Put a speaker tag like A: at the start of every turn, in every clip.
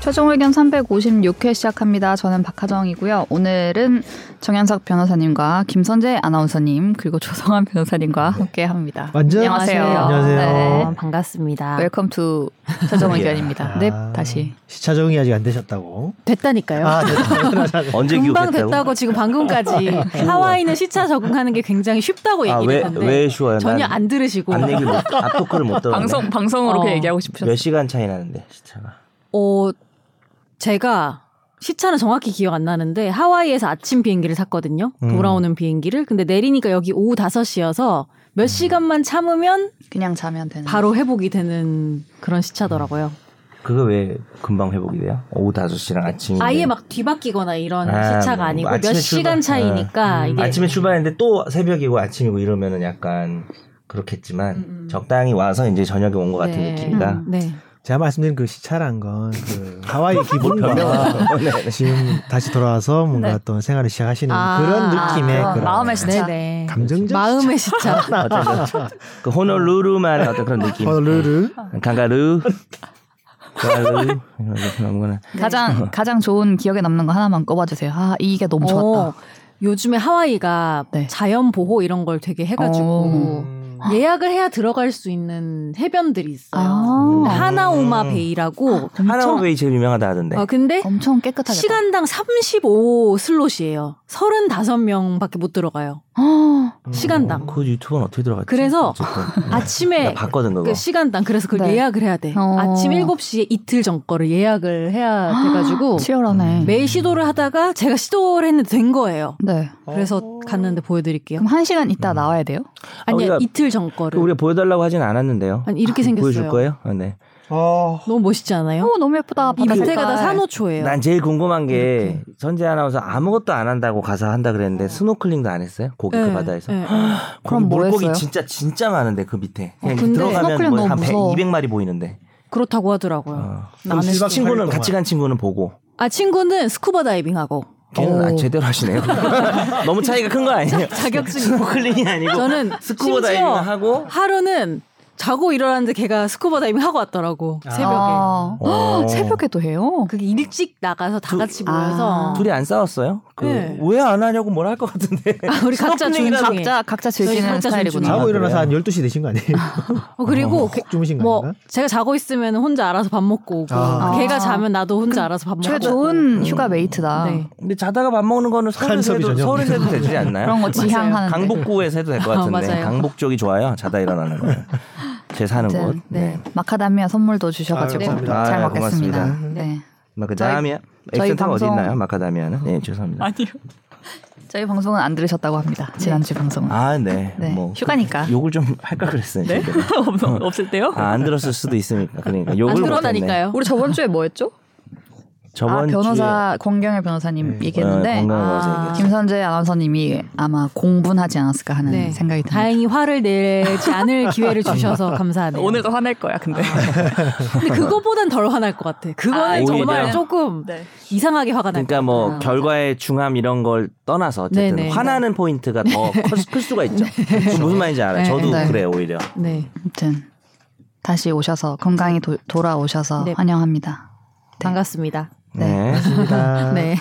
A: 최종 의견 356회 시작합니다. 저는 박하정이고요. 오늘은 정현석 변호사님과 김선재 아나운서님 그리고 조성환 변호사님과 함께합니다.
B: 완전
A: 안녕하세요.
B: 안녕하세요.
A: 네.
C: 어, 반갑습니다.
A: 웰컴 투 최종
B: 예.
A: 의견입니다. 네,
B: 아,
A: 다시.
B: 시차 적응이 아직 안 되셨다고.
C: 됐다니까요.
B: 아, 됐다.
D: 언제
C: 금방
D: 기억했다고?
C: 됐다고 지금 방금까지 하와이는 시차 적응하는 게 굉장히 쉽다고
D: 아,
C: 얘기를
D: 왜,
C: 했는데
D: 왜 쉬워요?
C: 전혀
D: 난
C: 안 들으시고
D: 안 얘기 못, 앞토크를 못 들었네.
A: 방송 방송으로
C: 어.
A: 그냥 얘기하고
D: 몇
A: 싶으셨어요.
D: 시간 차이 나는데, 시차가.
C: 어, 제가 시차는 정확히 기억 안 나는데 하와이에서 아침 비행기를 탔거든요.
D: 음.
C: 돌아오는 비행기를. 근데 내리니까 여기 오후 5시여서
D: 음.
C: 몇 시간만 참으면
A: 그냥 자면 되는.
C: 바로 회복이 되는 그런 시차더라고요.
D: 그거 왜 금방 회복이 돼요? 오후 5시랑 아침.
C: 아예 막 뒤바뀌거나 이런
D: 음. 아,
C: 시차가
D: 뭐,
C: 아니고 몇
D: 아침에
C: 시간
D: 출발- 음.
C: 차이니까 이게
D: 아침에 출발했는데 또 새벽이고 아침이고 이러면은 약간 그렇겠지만 적당히 와서 이제 저녁에 온 것 같은
C: 음, 네.
D: 느낌이다.
C: 음, 네.
B: 제가 말씀드린 그 시차란 건 그 하와이 기분과
D: 변명하고. 네, 네.
B: 지금 다시 돌아와서 뭔가
A: 네.
B: 또 생활을 시작하시는
C: 아,
B: 그런 느낌의
A: 아,
B: 그런
A: 마음의 시차.
C: 네네.
B: 감정적
C: 마음의 시차.
D: 어쨌든 그 호놀루루만 어떤 그런 느낌.
B: 르르
A: 음.
D: 강가루. 강가루. 아무거나.
A: 네. 가장 가장 좋은 기억에 남는 거 하나만 꼽아 주세요. 아, 이게 너무
C: 어,
A: 좋았다.
C: 요즘에 하와이가
A: 네.
C: 자연 보호 이런 걸 되게 해가지고
B: 음.
C: 예약을 해야 들어갈 수 있는 해변들이 있어요.
B: 음.
A: 아.
C: 하나오마 베이라고.
D: 하나오베이 제일 유명하다
A: 네.
D: 하던데.
C: 어, 근데
A: 엄청 깨끗하게.
C: 시간당 35 슬롯이에요. 35명밖에 못 들어가요.
A: 아.
C: 시간당.
D: 그 유튜브는 어떻게 들어갔지?
C: 그래서
D: 어쨌든. 나
C: 아침에
D: 봤거든 그거.
C: 그 시간당 그래서 그걸
A: 네.
C: 예약을 해야 돼.
A: 어.
C: 아침 7시에 이틀 전 거를 예약을 해야
A: 아,
C: 돼가지고
D: 음.
A: 치열하네.
C: 매일 시도를 하다가 제가 시도를 했는데 된 거예요.
A: 네.
D: 어.
C: 그래서 갔는데 보여드릴게요.
A: 그럼 한 시간 있다 나와야 돼요?
C: 아니야
D: 우리가-
C: 이틀 전 거를.
D: 그 우리가 보여달라고 하진 않았는데요.
C: 아니 이렇게
D: 보여줄
C: 생겼어요.
D: 거예요? 아, 네.
B: 어.
C: 너무 멋있지 않아요?
A: 오, 너무 예쁘다.
C: 이
A: 바다
C: 밑에가 다
A: 색깔.
C: 산호초예요.
D: 아, 난 제일 궁금한 게 선재 아나운서 아무것도 안 한다고 가서 한다 그랬는데 스노클링도 안 했어요? 고기 그
C: 어. 네,
D: 바다에서.
C: 네.
D: 거기
A: 그럼 뭐
D: 물고기
A: 했어요?
D: 진짜 진짜 많은데 그 밑에. 그냥
C: 근데
D: 들어가면
A: 스노클링
D: 뭐
A: 너무
D: 한 100,
A: 무서워.
D: 200마리 보이는데.
C: 그렇다고 하더라고요.
D: 어.
C: 나안 했어.
D: 친구는 같이 간 친구는 보고.
C: 아 친구는 스쿠버 다이빙하고
D: 걔는 아, 제대로 하시네요. 너무 차이가 큰 거 아니에요?
C: 어. 자격증.
D: 스노클링이 아니고
C: 저는
D: 어, 스쿠버 다이빙
C: 심지어
D: 하고
C: 하루는 자고 일어났는데 걔가 스쿠버 다이빙 하고 왔더라고
B: 아.
C: 새벽에.
A: 아.
D: 어.
A: 새벽에도 해요?
C: 그게 일찍 나가서 다
D: 두-
C: 같이 모여서
A: 아.
D: 둘이 안 싸웠어요? 그
C: 네.
D: 왜 안 하냐고 뭘 할 것 같은데.
C: 아, 우리 각자
D: 스노클링이랑
C: 존중해.
A: 각자 각자 즐기는
C: 저희 각자
A: 스타일이구나. 음.
C: 존중해요.
B: 자고 일어나서
D: 아, 그래요?
B: 한 12시 되신 거 아니에요?
C: 어, 그리고 걔-
B: 푹 주무신 거
C: 뭐
B: 아닌가?
C: 제가 자고 있으면 혼자 알아서 밥 먹고 오고
B: 아.
C: 걔가 자면 나도 혼자 알아서 밥
A: 최
C: 먹고.
A: 좋은 휴가 메이트다.
C: 네.
D: 근데 자다가 밥 먹는 거는 서울에서
B: 간섭이
D: 해도,
B: 전혀
D: 서울에서 해도 되지 않나요?
A: 그런 거 지향하는. 네.
D: 강북구에서 해도 될 것
A: 어,
D: 같은데
C: 맞아요.
D: 강북 쪽이 좋아요. 자다 일어나는 거. 제 사는 곳.
A: 네. 마카다미아 선물도 주셔가지고
B: 아유, 감사합니다.
A: 잘
D: 아유,
A: 먹겠습니다.
D: 고맙습니다.
A: 네.
D: 마카다미아.
A: 저희
D: 엑센터가 어디
A: 방송-
D: 있나요? 마카다미아는. 네, 죄송합니다.
A: 아니요. 저희 방송은 안 들으셨다고 합니다. 지난주 방송은.
D: 아, 네.
A: 네.
D: 뭐
A: 휴가니까.
D: 욕을 좀 할까 그랬어요. 네?
A: 없을 때요?
D: 아, 안 들었을 수도 있으니까. 그러니까 욕을
C: 안
D: 못 했네.
C: 들었다니까요.
A: 우리 저번 주에 뭐 했죠? 아,
D: 저번
A: 변호사 권경일 변호사님
B: 네.
D: 주에 어,
A: 얘기했는데
D: 건강에 대해서
C: 아.
D: 얘기했어요.
A: 김선재 아나운서님이 아마 공분하지 않았을까 하는
C: 네.
A: 생각이 듭니다.
C: 다행히 화를 내지 않을 기회를 주셔서 감사하네요.
A: 화낼 거야, 근데.
C: 근데 그거보단 덜 화날 것 같아. 그거는
A: 아,
C: 정말
D: 오히려?
C: 조금 이상하게 화가 날
D: 그러니까
C: 것
D: 뭐
C: 같아요.
D: 결과의 중함 이런 걸 떠나서 어쨌든
C: 네네.
D: 화나는 포인트가 더 클 수가 있죠. 그건 무슨 말인지 알아요.
C: 네.
D: 저도
A: 네.
D: 그래요 오히려.
C: 네.
A: 아무튼 다시 오셔서 건강히 도- 돌아오셔서
C: 네.
A: 환영합니다.
C: 반갑습니다.
D: 네.
B: 맞습니다.
C: 네.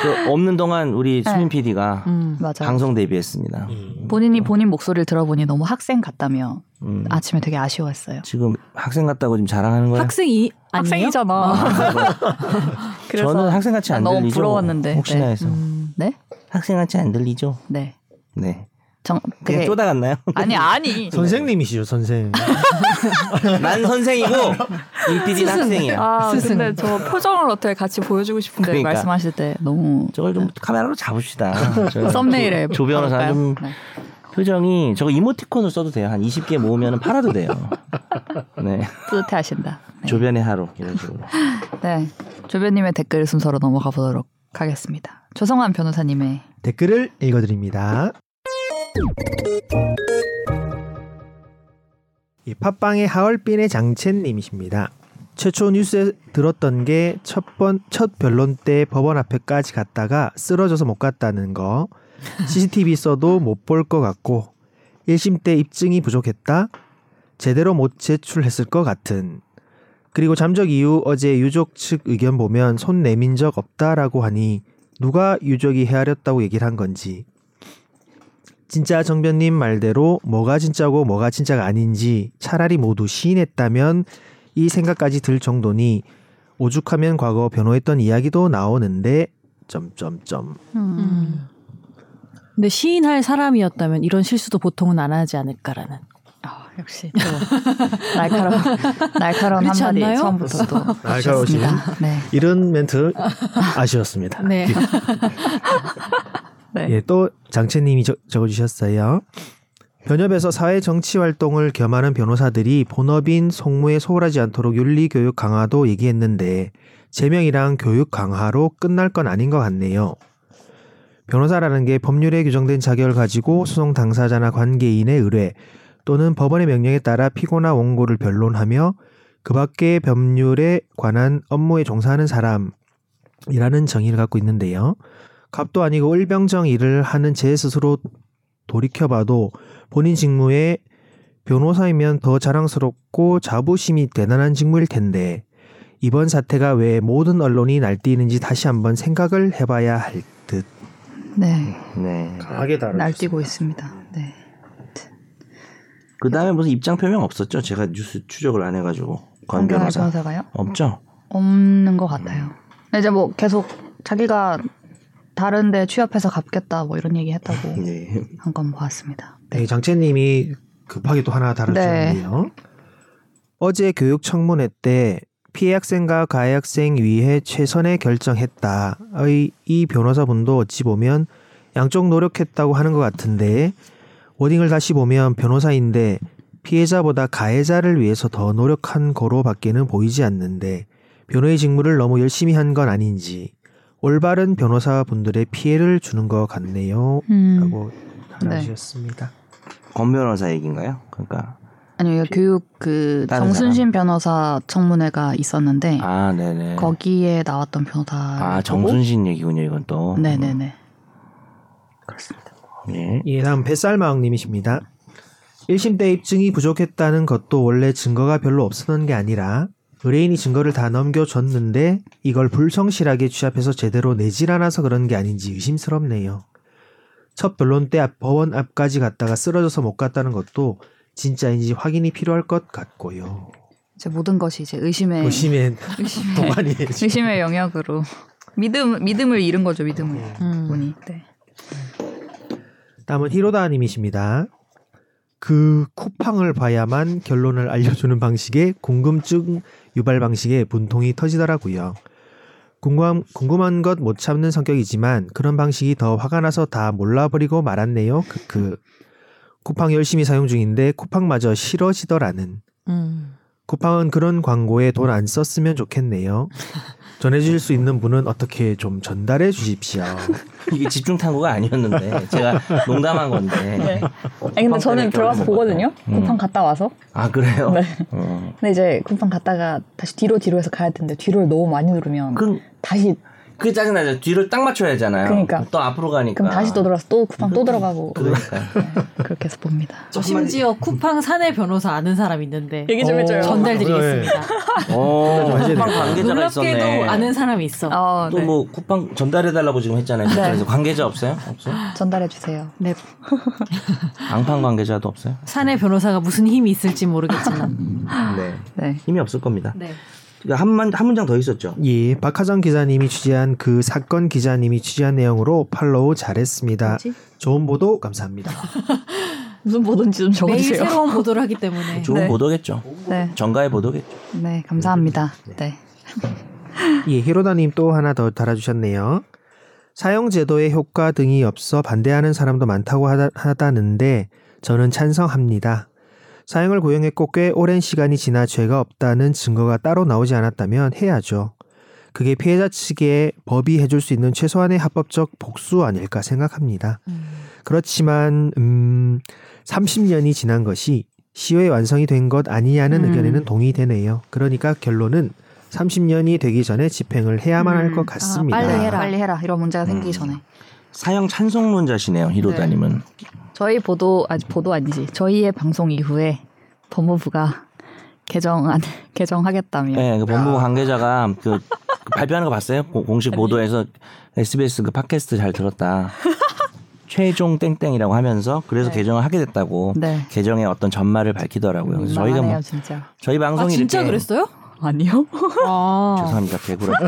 D: 그 없는 동안 우리 수민 PD가
C: 음.
A: 네. 맞아요.
D: 방송 데뷔했습니다.
A: 본인이 본인 목소리를 들어보니 너무 학생 같다며
D: 음.
A: 아침에 되게 아쉬워했어요.
D: 지금 학생 같다고 지금 자랑하는 거예요?
C: 학생이 아니에요?
A: 어.
D: 저는 학생 같이 안
A: 너무
D: 들리죠.
A: 부러웠는데.
D: 혹시나
A: 네.
D: 해서
A: 네?
D: 학생 같이 안 들리죠.
A: 네.
D: 네.
A: 정
D: 그냥
A: 그게
D: 쪼다갔나요?
A: 아니 아니.
B: 선생님이시죠, 선생.
D: 난 선생이고 이 PD는 학생이에요.
A: 아
C: 스승.
A: 근데 저 표정을 어떻게 같이 보여주고 싶은데
D: 그러니까.
A: 말씀하실 때 너무
D: 저걸 좀 카메라로 잡읍시다. 저-
A: 썸네일에
D: 조 변호사
A: 볼까요?
D: 좀
A: 네.
D: 표정이 저거 이모티콘을 써도 돼요. 한 20개 모으면 팔아도 돼요. 네.
A: 뿌듯해하신다. 네.
D: 조변의 하루 이런 식으로.
A: 네. 조변님의 댓글 순서로 넘어가 보도록 하겠습니다. 조성환 변호사님의
B: 댓글을 읽어드립니다. 이 팟빵의 하얼빈의 장첸님이십니다. 최초 뉴스에 들었던 게 첫 번 첫 변론 때 법원 앞에까지 갔다가 쓰러져서 못 갔다는 거, CCTV 써도 못 볼 것 같고, 1심 때 입증이 부족했다, 제대로 못 제출했을 것 같은 그리고 잠적 이후 어제 유족 측 의견 보면 손 내민 적 없다라고 하니 누가 유족이 헤아렸다고 얘기를 한 건지 진짜 정변님 말대로 뭐가 진짜고 뭐가 진짜가 아닌지 차라리 모두 시인했다면 이 생각까지 들 정도니 오죽하면 과거 변호했던 이야기도 나오는데 점점점
C: 음. 근데 시인할 사람이었다면 이런 실수도 보통은 안 하지 않을까라는.
A: 아, 역시 또 날카로운 날카로운
C: 그렇지
A: 한마디
C: 않나요?
A: 처음부터 또
B: 날카로우신.
A: 하셨습니다. 네.
B: 이런 멘트 아쉬웠습니다.
C: 네.
A: 네.
B: 예, 또 장채님이 적- 적어주셨어요. 변협에서 사회 정치 활동을 겸하는 변호사들이 본업인 송무에 소홀하지 않도록 윤리 교육 강화도 얘기했는데 제명이랑 교육 강화로 끝날 건 아닌 것 같네요. 변호사라는 게 법률에 규정된 자격을 가지고 소송 당사자나 관계인의 의뢰 또는 법원의 명령에 따라 피고나 원고를 변론하며 그 밖의 법률에 관한 업무에 종사하는 사람이라는 정의를 갖고 있는데요. 갑도 아니고 을병정 일을 하는 제 스스로 돌이켜봐도 본인 직무에 변호사이면 더 자랑스럽고 자부심이 대단한 직무일 텐데 이번 사태가 왜 모든 언론이 날뛰는지 다시 한번 생각을 해봐야 할 듯.
A: 네.
D: 네.
B: 강하게 다루셨습니다.
A: 날뛰고 있습니다. 네.
D: 그 다음에 무슨 입장 표명 없었죠? 제가 뉴스 추적을 안 해가지고 권
A: 황교안
D: 변호사
A: 변호사가요?
D: 없죠?
A: 없는 것 같아요. 근데 이제 뭐 계속 자기가 다른데 취업해서 갚겠다 뭐 이런 얘기 했다고
D: 네.
A: 한 건 보았습니다.
B: 네, 장채님이 급하게 또 하나 다루셨는데요. 어제 교육 청문회 때 피해 학생과 가해 학생 위해 최선의 결정했다의 이 변호사분도 어찌 보면 양쪽 노력했다고 하는 것 같은데 워딩을 다시 보면 변호사인데 피해자보다 가해자를 위해서 더 노력한 거로밖에는 보이지 않는데 변호의 직무를 너무 열심히 한 건 아닌지 올바른 변호사분들의 피해를 주는 것 같네요.
A: 음.
B: 라고 달아주셨습니다.
D: 권 변호사 얘기인가요? 그러니까
A: 아니요 이거 교육 그
D: 다른
A: 정순신 변호사 청문회가 있었는데
D: 아 네네.
A: 거기에 나왔던 변호사.
D: 아 정순신 얘기군요 이건 또.
A: 네네네. 그렇습니다.
D: 예.
B: 예, 다음 뱃살마왕님이십니다. 1심 때 입증이 부족했다는 것도 원래 증거가 별로 없었던 게 아니라 의뢰인이 증거를 다 넘겨줬는데 이걸 불성실하게 취합해서 제대로 내질 않아서 그런 게 아닌지 의심스럽네요. 첫 변론 때 앞- 법원 앞까지 갔다가 쓰러져서 못 갔다는 것도 진짜인지 확인이 필요할 것 같고요.
A: 이제 모든 것이 이제 의심의
B: 의심의
A: 의심의,
B: 동안이
A: 의심의 영역으로 믿음 믿음을 잃은 거죠 믿음을
C: 음.
A: 보니. 네.
B: 다음은 히로다님이십니다. 그 쿠팡을 봐야만 결론을 알려주는 방식의 궁금증 유발 방식에 분통이 터지더라고요. 궁금, 궁금한 것 못 참는 성격이지만 그런 방식이 더 화가 나서 다 몰라버리고 말았네요. 크크. 쿠팡 열심히 사용 중인데 쿠팡마저 싫어지더라는.
C: 음.
B: 쿠팡은 그런 광고에 돈 안 썼으면 좋겠네요. 전해주실 수 있는 분은 어떻게 좀 전달해 주십시오.
D: 이게 집중 탐구가 아니었는데 제가 농담한 건데.
E: 네. 아니 근데 저는 들어가서 보거든요.
D: 음.
E: 쿠팡 갔다 와서.
D: 아 그래요?
E: 네.
D: 어.
E: 근데 이제 쿠팡 갔다가 다시 뒤로 뒤로 해서 가야 되는데 뒤로를 너무 많이 누르면
D: 그
E: 다시
D: 그게 짜증나죠. 뒤를 딱 맞춰야 하잖아요.
E: 그러니까.
D: 또 앞으로 가니까.
E: 그럼 다시 또 돌아서 또 쿠팡 또 들어가고
D: 그러니까.
E: 네, 그렇게 해서 봅니다.
C: 뭐 심지어 쿠팡 사내 변호사 아는 사람 있는데
E: 얘기 좀
B: 어,
E: 해줘요.
B: 전-
C: 전달드리겠습니다.
B: 예.
D: 어,
B: 좀 하셔야
D: 쿠팡
B: 돼요.
D: 관계자가 있었네.
C: 놀랍게도 아는 사람이 있어.
A: 어,
D: 또
A: 네.
D: 뭐 쿠팡 전달해달라고 지금 했잖아요.
E: 네.
D: 그래서 관계자 없어요? 없어요?
E: 전달해 주세요.
A: 네.
D: 앙팡 관계자도 없어요?
C: 사내 변호사가 무슨 힘이 있을지 모르겠지만.
E: 아.
D: 네.
A: 네.
D: 힘이 없을 겁니다.
C: 네.
D: 그러니까 한, 만, 한 문장 더 있었죠.
B: 예, 박하정 기자님이 취재한 그 사건 기자님이 취재한 내용으로 팔로우 잘했습니다. 좋은 보도 감사합니다.
E: 무슨 보든지 좀
C: 매일
E: 적어주세요.
C: 새로운 보도를 하기 때문에.
D: 좋은
A: 네.
D: 보도겠죠.
A: 네.
D: 정가의 보도겠죠.
A: 네, 감사합니다. 네.
B: 예, 히로다님 또 하나 더 달아주셨네요. 사형 제도의 효과 등이 없어 반대하는 사람도 많다고 하다, 하다는데 저는 찬성합니다. 사형을 구형했고 꽤 오랜 시간이 지나 죄가 없다는 증거가 따로 나오지 않았다면 해야죠. 그게 피해자 측에 법이 해줄 수 있는 최소한의 합법적 복수 아닐까 생각합니다.
C: 음.
B: 그렇지만 음 30년이 지난 것이 시효의 완성이 된 것 아니냐는
A: 음.
B: 의견에는 동의되네요. 그러니까 결론은 30년이 되기 전에 집행을 해야만 할 것
A: 음.
B: 같습니다.
C: 아, 빨리 해라.
A: 빨리 해라. 이런 문제가 생기기
D: 음.
A: 전에.
D: 사형 찬성론자시네요. 히로다님은.
A: 아, 저희 보도 아직 보도 아니지. 저희의 방송 이후에 법무부가 개정안 개정하겠다며.
D: 네, 그 법무부 관계자가 그 발표하는 거 봤어요? 고- 공식 보도에서 SBS 그 팟캐스트 잘 들었다. 최종 땡땡이라고 하면서 그래서
C: 네.
D: 개정을 하게 됐다고
A: 네.
D: 개정의 어떤 전말을 밝히더라고요. 그래서 저희가
A: 나가네요,
D: 뭐
A: 진짜.
D: 저희
C: 아
D: 방송이
C: 진짜
D: 이렇게
C: 그랬어요?
A: 아니요.
C: 아,
D: 죄송합니다 네. 개구라.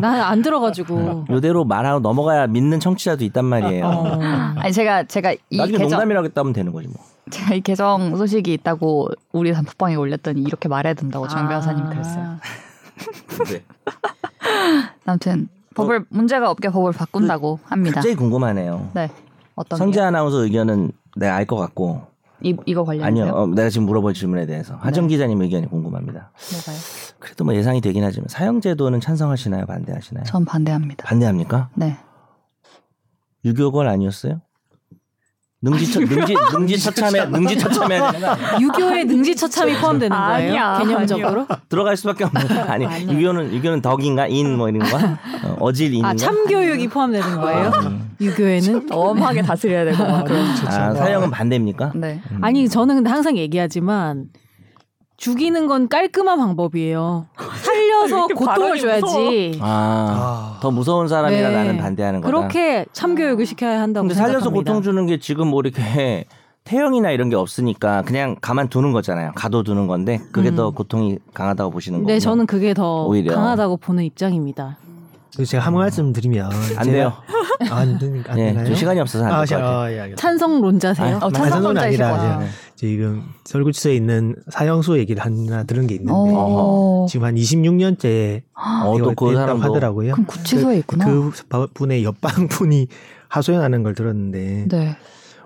C: 난 안 들어가지고.
D: 이대로 말하고 넘어가야 믿는 청취자도 있단 말이에요.
C: 어.
A: 아니 제가 제가 이
D: 나중에
A: 개정
D: 농담이라고 했다 하면 되는 거지 뭐.
A: 제가 이 개정 소식이 있다고 우리 단톡방에 올렸더니 이렇게 말해야 된다고 어, 정
C: 아.
A: 변호사님 그랬어요. 아무튼 법을 문제가 없게 법을 바꾼다고 합니다.
D: 어. 그 갑자기 궁금하네요.
A: 네. 어떤
D: 선재
A: 게?
D: 아나운서 의견은 내가 알 것 같고
A: 이 이거
D: 아니요
A: 관련해요?
D: 어, 내가 지금 물어볼 질문에 대해서
C: 네.
D: 하정 기자님 의견이 궁금합니다.
A: 뭐가요?
D: 그래도 뭐 예상이 되긴 하지만 사형제도는 찬성하시나요 반대하시나요?
A: 전 반대합니다.
D: 반대합니까?
A: 네.
D: 유교건 아니었어요? 능지
C: 아,
D: 처, 능지 능지 처참해 능지 처참해
C: 유교의 능지처참이 포함되는 거예요?
A: 아니야,
C: 개념적으로?
D: 들어갈 수밖에 없는 거 아니
C: 아니요.
D: 유교는 유교는 덕인가 인 뭐 이런 거야 어, 어질인가
C: 아 참교육이 포함되는 거예요?
D: 음.
C: 유교에는?
A: 엄하게 다스려야 되고 막 그런.
D: 아, 사형은 반대입니까?
A: 네.
D: 음.
C: 아니 저는 근데 항상 얘기하지만 죽이는 건 깔끔한 방법이에요. 살려서 고통을
A: 발언이
C: 줘야지.
D: 아,
B: 아,
D: 더 무서운 사람이라
C: 네.
D: 나는 반대하는 아, 거다.
C: 그렇게
A: 아.
C: 참교육을 시켜야 한다고
D: 근데 살려서
C: 생각합니다.
D: 고통 주는 게 지금 뭐 이렇게 태형이나 이런 게 없으니까 그냥 가만 두는 거잖아요. 가둬두는 건데 그게
C: 음.
D: 더 고통이 강하다고 보시는 거고.
C: 네, 저는 그게 더
D: 오히려.
C: 강하다고 보는 입장입니다.
B: 그래서 제가 한 말씀 드리면
D: 음. 안 돼요.
B: 제가- 아, 안, 되, 안
D: 예,
B: 되나요?
D: 좀 시간이 없어서
B: 아,
D: 안 될
B: 시-
D: 것 같아요. 예.
B: 아, 예, 알겠습니다.
C: 찬성론자세요?
A: 어,
D: 아,
B: 아니, 찬성은
A: 찬성론자이실
B: 아니라
A: 거야.
B: 지금 설구치소에 있는 사형수 얘기를 하나 들은 게
D: 네.
B: 있는데
A: 어.
B: 지금 한 26년째
D: 어, 또 그 사람도
B: 하더라고요.
A: 그럼 구치소에 있구나.
B: 그 분의 옆방 분이 하소연하는 걸 들었는데
A: 네.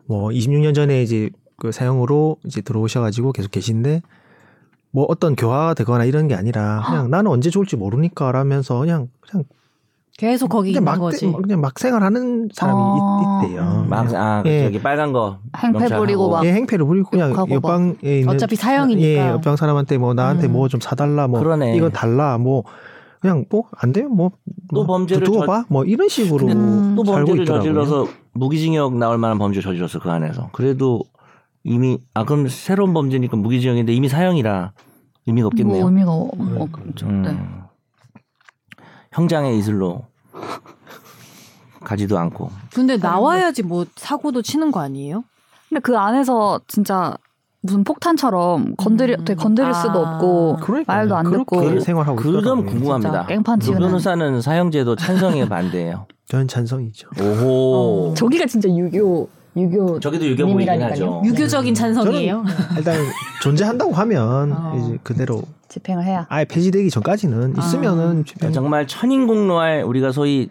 B: 뭐 26년 전에 이제 그 사형으로 이제 들어오셔가지고 계속 계신데 뭐 어떤 교화가 되거나 이런 게 아니라 그냥 나는 언제 죽을지 모르니까 라면서 그냥 그냥
C: 아, 계속 거기
B: 그냥
C: 있는
B: 막
C: 거지. 음.
B: 그냥 막 생활하는 사람이
A: 아.
B: 있, 대요
D: 막 아,
B: 예.
D: 저기 빨간 거
A: 행패
D: 명찰하고.
A: 부리고 막
B: 예, 행패를 부리고 그냥
A: 욕하고 막.
B: 옆방에 예, 있는
C: 어차피 사형이니까.
B: 예, 옆방 사람한테 뭐 나한테
C: 음.
B: 뭐 좀 사달라 뭐
D: 그러네.
B: 이건 달라 뭐 그냥 뭐 안 돼요 뭐또
D: 범죄를
B: 두고 봐뭐 이런 식으로
C: 음.
D: 또
B: 살고
D: 범죄를
B: 있더라고요.
D: 저질러서 무기징역 나올 만한 범죄 를 저질렀어 그 안에서. 그래도 이미 아 그럼 새로운 범죄니까 무기징역인데 이미 사형이라 의미가 없겠네요.
A: 뭐 의미가 어, 어, 죠
D: 음.
A: 네.
D: 형장의 이슬로 가지도 않고
C: 근데 나와야지 뭐 사고도 치는 거 아니에요?
A: 근데 그 안에서 진짜 무슨 폭탄처럼 건드릴
C: 음.
A: 되게 건드릴
C: 아.
A: 수도 없고
B: 그러니까요.
A: 어, 말도 안
B: 그렇게
A: 듣고.
B: 생활하고
D: 그 점
B: 어, 있더라고요.
D: 궁금합니다.
A: 진짜 깽판
D: 노
A: 치는.
D: 변호사는 사형제도 찬성에 반대예요.
B: 저는 찬성이죠.
D: 오호.
C: 어.
E: 저기가 진짜 유교 유교
D: 저기도 유교 보이긴 하죠.
C: 유교적인 찬성이에요.
B: 일단 존재한다고 하면
C: 어.
B: 이제 그대로
A: 집행을 해야.
B: 아예 폐지되기 전까지는
C: 아.
B: 있으면은
D: 그러니까 정말 천인공노할 우리가 소위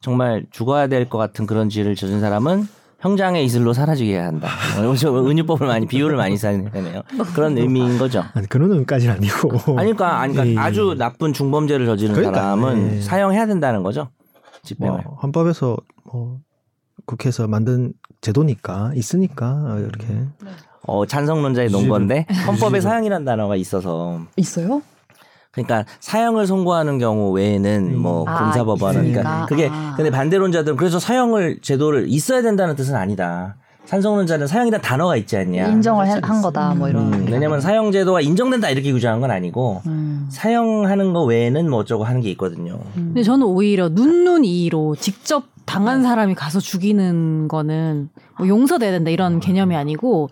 D: 정말 죽어야 될 것 같은 그런 죄를 저진 사람은 형장의 이슬로 사라지게 해야 한다. 어, 저 은유법을 많이 비유를 많이 사네요. 그런 의미인 거죠.
B: 아니 그런 의미까지는 아니고
D: 아니 그러니까, 아니, 그러니까
B: 어. 예, 예.
D: 아주 나쁜 중범죄를 저지른
B: 그러니까요.
D: 사람은
B: 예.
D: 사형해야 된다는 거죠.
B: 뭐
D: 집행을.
B: 헌법에서 뭐 국회에서 만든 제도니까 있으니까 이렇게
D: 어, 찬성론자의 논건데 헌법에 사형이라는 단어가 있어서
E: 있어요?
D: 그러니까 사형을 선고하는 경우 외에는 뭐
A: 아,
D: 군사법원 그러니까
A: 있으니까.
D: 그게
A: 아.
D: 근데 반대론자들은 그래서 사형을 제도를 있어야 된다는 뜻은 아니다. 찬성론자는 사형이라는 단어가 있지 않냐.
A: 인정을 해- 한 거다 뭐 이런.
D: 음, 왜냐면 사형 제도가 인정된다 이렇게 규정한 건 아니고
A: 음.
D: 사형하는 거 외에는 뭐 어쩌고 하는 게 있거든요.
C: 근데 저는 오히려 눈눈이로 직접 당한 사람이 가서 죽이는 거는 뭐 용서돼야 된다 이런 개념이 아니고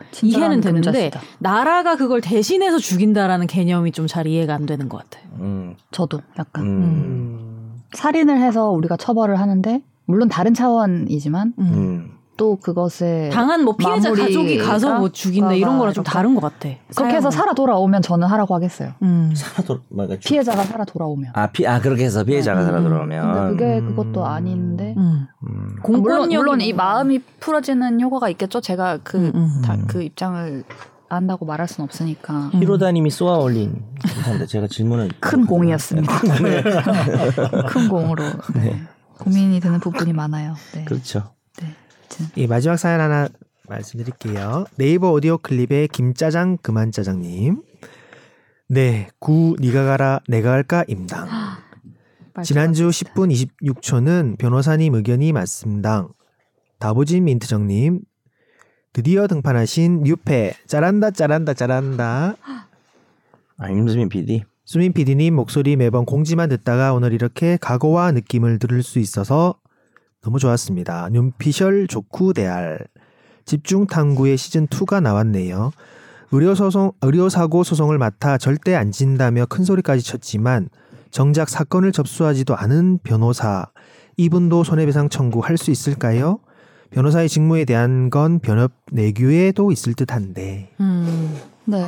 A: 친절한
C: 이해는 되는데
A: 금자씨다.
C: 나라가 그걸 대신해서 죽인다라는 개념이 좀 잘 이해가 안 되는 것 같아요.
D: 음,
A: 저도 약간
D: 음,
A: 살인을 해서 우리가 처벌을 하는데 물론 다른 차원이지만
C: 음.
D: 음.
A: 또 그것에
C: 당한 뭐 피해자
A: 마무리가-
C: 가족이 가서 뭐 죽인다 이런 거랑 좀
A: 이렇게-
C: 다른 것 같아.
A: 그렇게 해서 살아 돌아오면 저는 하라고 하겠어요.
C: 음.
D: 살아돌 뭐가 주-
A: 피해자가 살아 돌아오면.
D: 아, 피, 아 그렇게 해서 피해자가
C: 음,
D: 살아
C: 음.
A: 근데
D: 돌아오면
A: 그게
B: 음.
A: 그것도 아닌데.
C: 음.
D: 음.
A: 아, 물론
C: 공권력이
A: 물론 이
C: 뭔가.
A: 마음이 풀어지는 효과가 있겠죠. 제가 그
C: 음, 음.
A: 다 그 입장을 안다고 말할 순 없으니까
C: 음.
D: 히로다님이 쏘아 올린 인데 제가 질문을
A: 큰
C: 아,
A: 공이었습니다.
C: 네.
A: 큰 공으로 네. 고민이 되는 부분이 많아요. 네.
D: 그렇죠.
B: 예, 마지막 사연 하나 말씀드릴게요. 네이버 오디오 클립의 김짜장 그만짜장님. 네, 구 니가 가라 내가 할까 임당. 지난주 10분 26초는 변호사님 의견이 맞습니다. 다보진 민트정님 드디어 등판하신 뉴페 잘한다 잘한다 잘한다
D: 아, 임수민 PD.
B: 수민 PD님 목소리 매번 공지만 듣다가 오늘 이렇게 각오와 느낌을 들을 수 있어서 너무 좋았습니다. 눈피셜 조쿠 대알 집중 탐구의 시즌 2가 나왔네요. 의료 소송 의료 사고 소송을 맡아 절대 안 진다며 큰 소리까지 쳤지만 정작 사건을 접수하지도 않은 변호사 이분도 손해배상 청구할 수 있을까요? 변호사의 직무에 대한 건 변협 내규에도 있을 듯한데.
C: 음.
A: 네.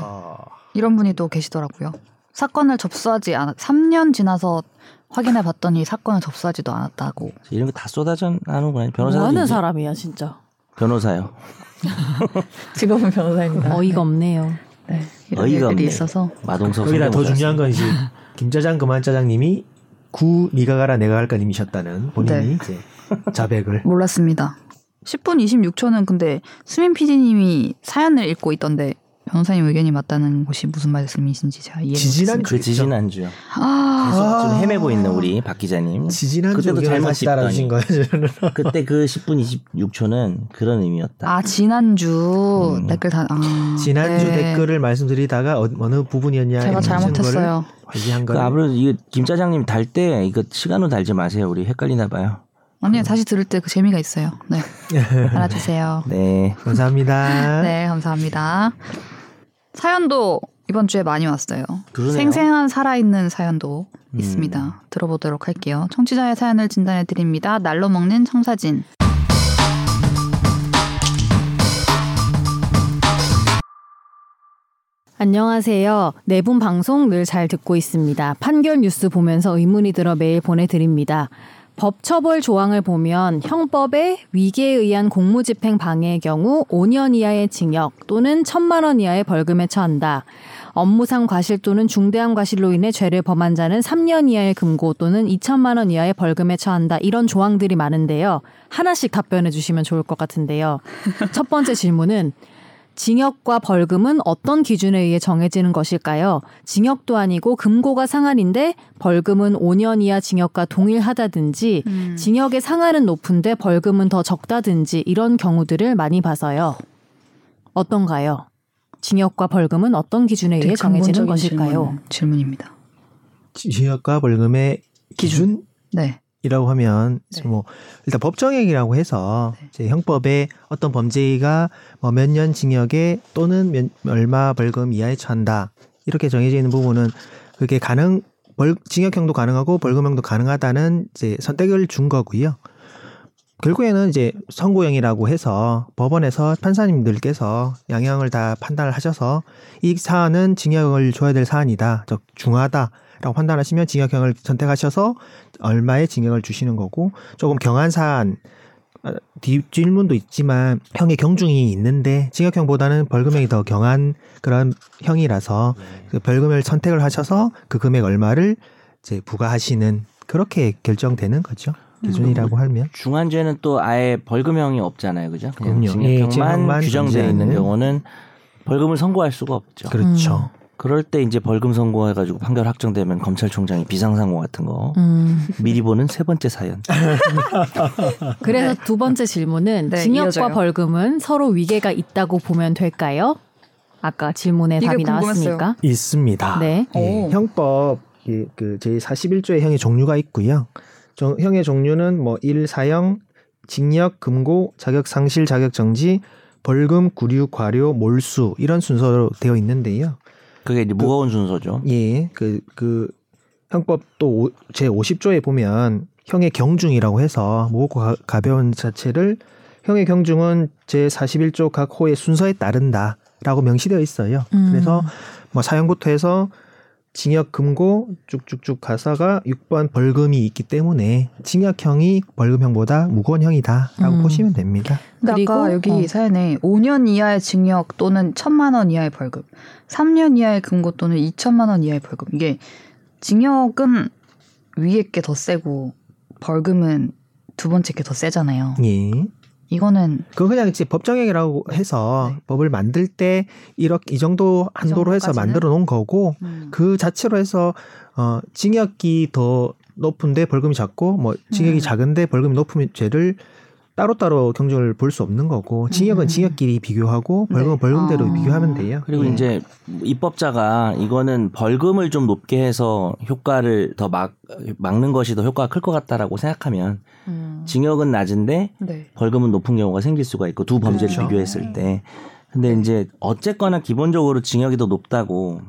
A: 이런 분이 또 계시더라고요. 사건을 접수하지 않았 3년 지나서 확인해 봤더니 사건을 접수하지도 않았다고.
D: 이런 거 다 쏟아져 나오는구나. 변호사.
C: 뭐 하는 사람이야 진짜.
D: 변호사요.
E: 직업은 변호사입니다.
C: 어이가 없네요.
E: 네. 이런
D: 어이가
E: 일들이
D: 없네.
E: 있어서
D: 마동석
B: 거기다 더
D: 성대모사
B: 중요한 건 이제 김짜장 그만 짜장님이 구 니가 가라 내가 갈까 님이셨다는 본인이
E: 네.
B: 이제 자백을
A: 어, 몰랐습니다. 10분 26초는 근데 수민 PD님이 사연을 읽고 있던데 변호사님 의견이 맞다는 것이 무슨 말씀이신지 제가 이해
B: 지지난
A: 못했습니다.
D: 그 지지난주요.
A: 아,
D: 계속 좀 헤매고 있는 우리 박 기자님.
B: 아. 지지난
D: 그때도
B: 의견을
D: 잘못
B: 다시 따라주신 거예요. 저는.
D: 그때 그 10분 26초는 그런 의미였다.
A: 아 지난주
D: 음.
A: 댓글 다 아,
B: 지난주
A: 네.
B: 댓글을 말씀드리다가 어, 어느 부분이었냐
A: 제가 잘못했어요.
B: 관리한
D: 그
B: 거를
D: 아무래도 이거 김 짜장님 달 때 이거 시간으로 달지 마세요. 우리 헷갈리나 봐요.
A: 아니 다시 들을 때 그 재미가 있어요. 네 알아주세요.
D: 네.
B: 감사합니다.
A: 네, 감사합니다. 사연도 이번 주에 많이 왔어요.
D: 그러네요.
A: 생생한 살아있는 사연도
D: 음.
A: 있습니다. 들어보도록 할게요. 청취자의 사연을 진단해 드립니다. 날로 먹는 청사진.
C: 안녕하세요. 네 내분 방송 늘 잘 듣고 있습니다. 판결 뉴스 보면서 의문이 들어 매일 보내드립니다. 법 처벌 조항을 보면 형법에 위계에 의한 공무집행 방해의 경우 5년 이하의 징역 또는 1천만 원 이하의 벌금에 처한다. 업무상 과실 또는 중대한 과실로 인해 죄를 범한 자는 3년 이하의 금고 또는 2천만 원 이하의 벌금에 처한다. 이런 조항들이 많은데요. 하나씩 답변해 주시면 좋을 것 같은데요. 첫 번째 질문은 징역과 벌금은 어떤 기준에 의해 정해지는 것일까요? 징역도 아니고 금고가 상한인데 벌금은 5년 이하 징역과 동일하다든지
A: 음.
C: 징역의 상한은 높은데 벌금은 더 적다든지 이런 경우들을 많이 봐서요. 어떤가요? 징역과 벌금은 어떤 기준에 의해
A: 되게
C: 정해지는
A: 근본적인
C: 것일까요?
A: 질문, 질문입니다.
B: 지역과 벌금의 기준?
A: 네.
B: 이라고 하면 이제
E: 네.
B: 뭐 일단 법정액이라고 해서 이제 형법에 어떤 범죄가 뭐 몇 년 징역에 또는 몇, 얼마 벌금 이하에 처한다 이렇게 정해져 있는 부분은 그게 가능 벌, 징역형도 가능하고 벌금형도 가능하다는 이제 선택을 준 거고요. 결국에는 이제 선고형이라고 해서 법원에서 판사님들께서 양형을 다 판단을 하셔서 이 사안은 징역을 줘야 될 사안이다, 즉 중하다라고 판단하시면 징역형을 선택하셔서 얼마의 징역을 주시는 거고 조금 경한 사안 아, 뒤 질문도 있지만 형의 경중이 있는데 징역형보다는 벌금형이 더 경한 그런 형이라서 그 벌금을 선택을 하셔서 그 금액 얼마를 이제 부과하시는 그렇게 결정되는 거죠 기준이라고 하면
D: 중환죄는 또 아예 벌금형이 없잖아요. 그죠? 그냥
B: 그럼요. 예,
D: 징역형만
B: 징역만
D: 규정되어 있는
B: 존재하는.
D: 경우는 벌금을 선고할 수가 없죠.
B: 그렇죠
D: 그럴 때 이제 벌금 선고해가지고 판결 확정되면 검찰총장이 비상상고 같은 거
C: 음.
D: 미리 보는 세 번째 사연.
C: 그래서 두 번째 질문은
A: 네,
C: 징역과
A: 이어져요.
C: 벌금은 서로 위계가 있다고 보면 될까요? 아까 질문에
A: 이게
C: 답이
A: 궁금했어요.
C: 나왔으니까.
B: 있습니다
C: 네.
B: 예,
A: 오.
B: 형법 예, 그 제41조의 형의 종류가 있고요. 정- 형의 종류는 뭐 1, 사형, 징역, 금고, 자격 상실, 자격 정지, 벌금, 구류, 과료, 몰수 이런 순서로 되어 있는데요.
D: 그게 이제 무거운 순서죠.
B: 예. 그, 그, 형법 또 제 50조에 보면 형의 경중이라고 해서 무겁고 가- 가벼운 자체를 형의 경중은 제 41조 각 호의 순서에 따른다. 라고 명시되어 있어요.
C: 음.
B: 그래서 뭐 사형부터 해서 징역 금고 쭉쭉쭉 가사가 6번 벌금이 있기 때문에 징역형이 벌금형보다 무거운 형이다라고
C: 음.
B: 보시면 됩니다.
A: 근데
C: 그리고,
A: 아까 여기
C: 어.
A: 사연에 5년 이하의 징역 또는 1천만 원 이하의 벌금, 3년 이하의 금고 또는 2천만 원 이하의 벌금. 이게 징역은 위에 게 더 세고 벌금은 두 번째 게 더 세잖아요.
B: 예.
A: 이거는
B: 그건 그냥 이제 법정액이라고 해서 법을 만들 때 이렇게 이 정도 한도로 해서
A: 네. 정도까지는?
B: 만들어 놓은 거고
A: 음.
B: 그 자체로 해서 어 징역이 더 높은데 벌금이 작고 뭐
A: 음.
B: 징역이 작은데 벌금이 높으면 죄를 따로따로 경정을 볼 수 없는 거고 징역은 징역끼리 비교하고 벌금은
E: 네.
B: 벌금대로
A: 음. 아.
B: 비교하면 돼요.
D: 그리고
C: 음.
B: 예.
D: 이제 입법자가 이거는 벌금을 좀 높게 해서 효과를 더 막, 막는 것이 더 효과가 클 것 같다라고 생각하면
E: 음.
D: 징역은 낮은데
E: 네.
D: 벌금은 높은 경우가 생길 수가 있고 두 범죄를
B: 그렇죠.
D: 비교했을
C: 네.
D: 때. 근데 이제 어쨌거나 기본적으로 징역이 더 높다고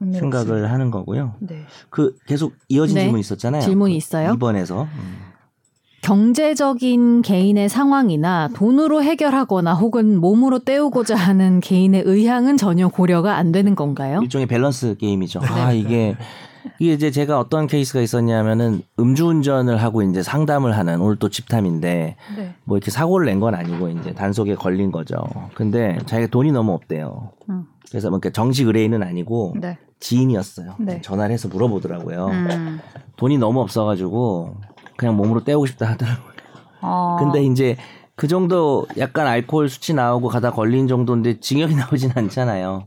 E: 네,
D: 생각을 하는 거고요.
E: 네.
D: 그 계속 이어진
C: 네.
D: 질문 있었잖아요.
C: 질문이 있어요?
D: 2번에서.
C: 경제적인 개인의 상황이나 돈으로 해결하거나 혹은 몸으로 때우고자 하는 개인의 의향은 전혀 고려가 안 되는 건가요?
D: 일종의 밸런스 게임이죠.
C: 네.
D: 아 이게 이게 이제 제가 어떤 케이스가 있었냐면은 음주운전을 하고 이제 상담을 하는 오늘 또 집탐인데
E: 네.
D: 뭐 이렇게 사고를 낸 건 아니고 이제 단속에 걸린 거죠. 근데 자기가 돈이 너무 없대요.
E: 음.
D: 그래서 뭐 이렇게 정식 의뢰인은 아니고
E: 네.
D: 지인이었어요.
E: 네.
D: 전화를 해서 물어보더라고요.
A: 음.
D: 돈이 너무 없어가지고 그냥 몸으로 떼고 싶다 하더라고요.
A: 아,
D: 근데 이제 그 정도 약간 알코올 수치 나오고 가다 걸린 정도인데 징역이 나오진 않잖아요.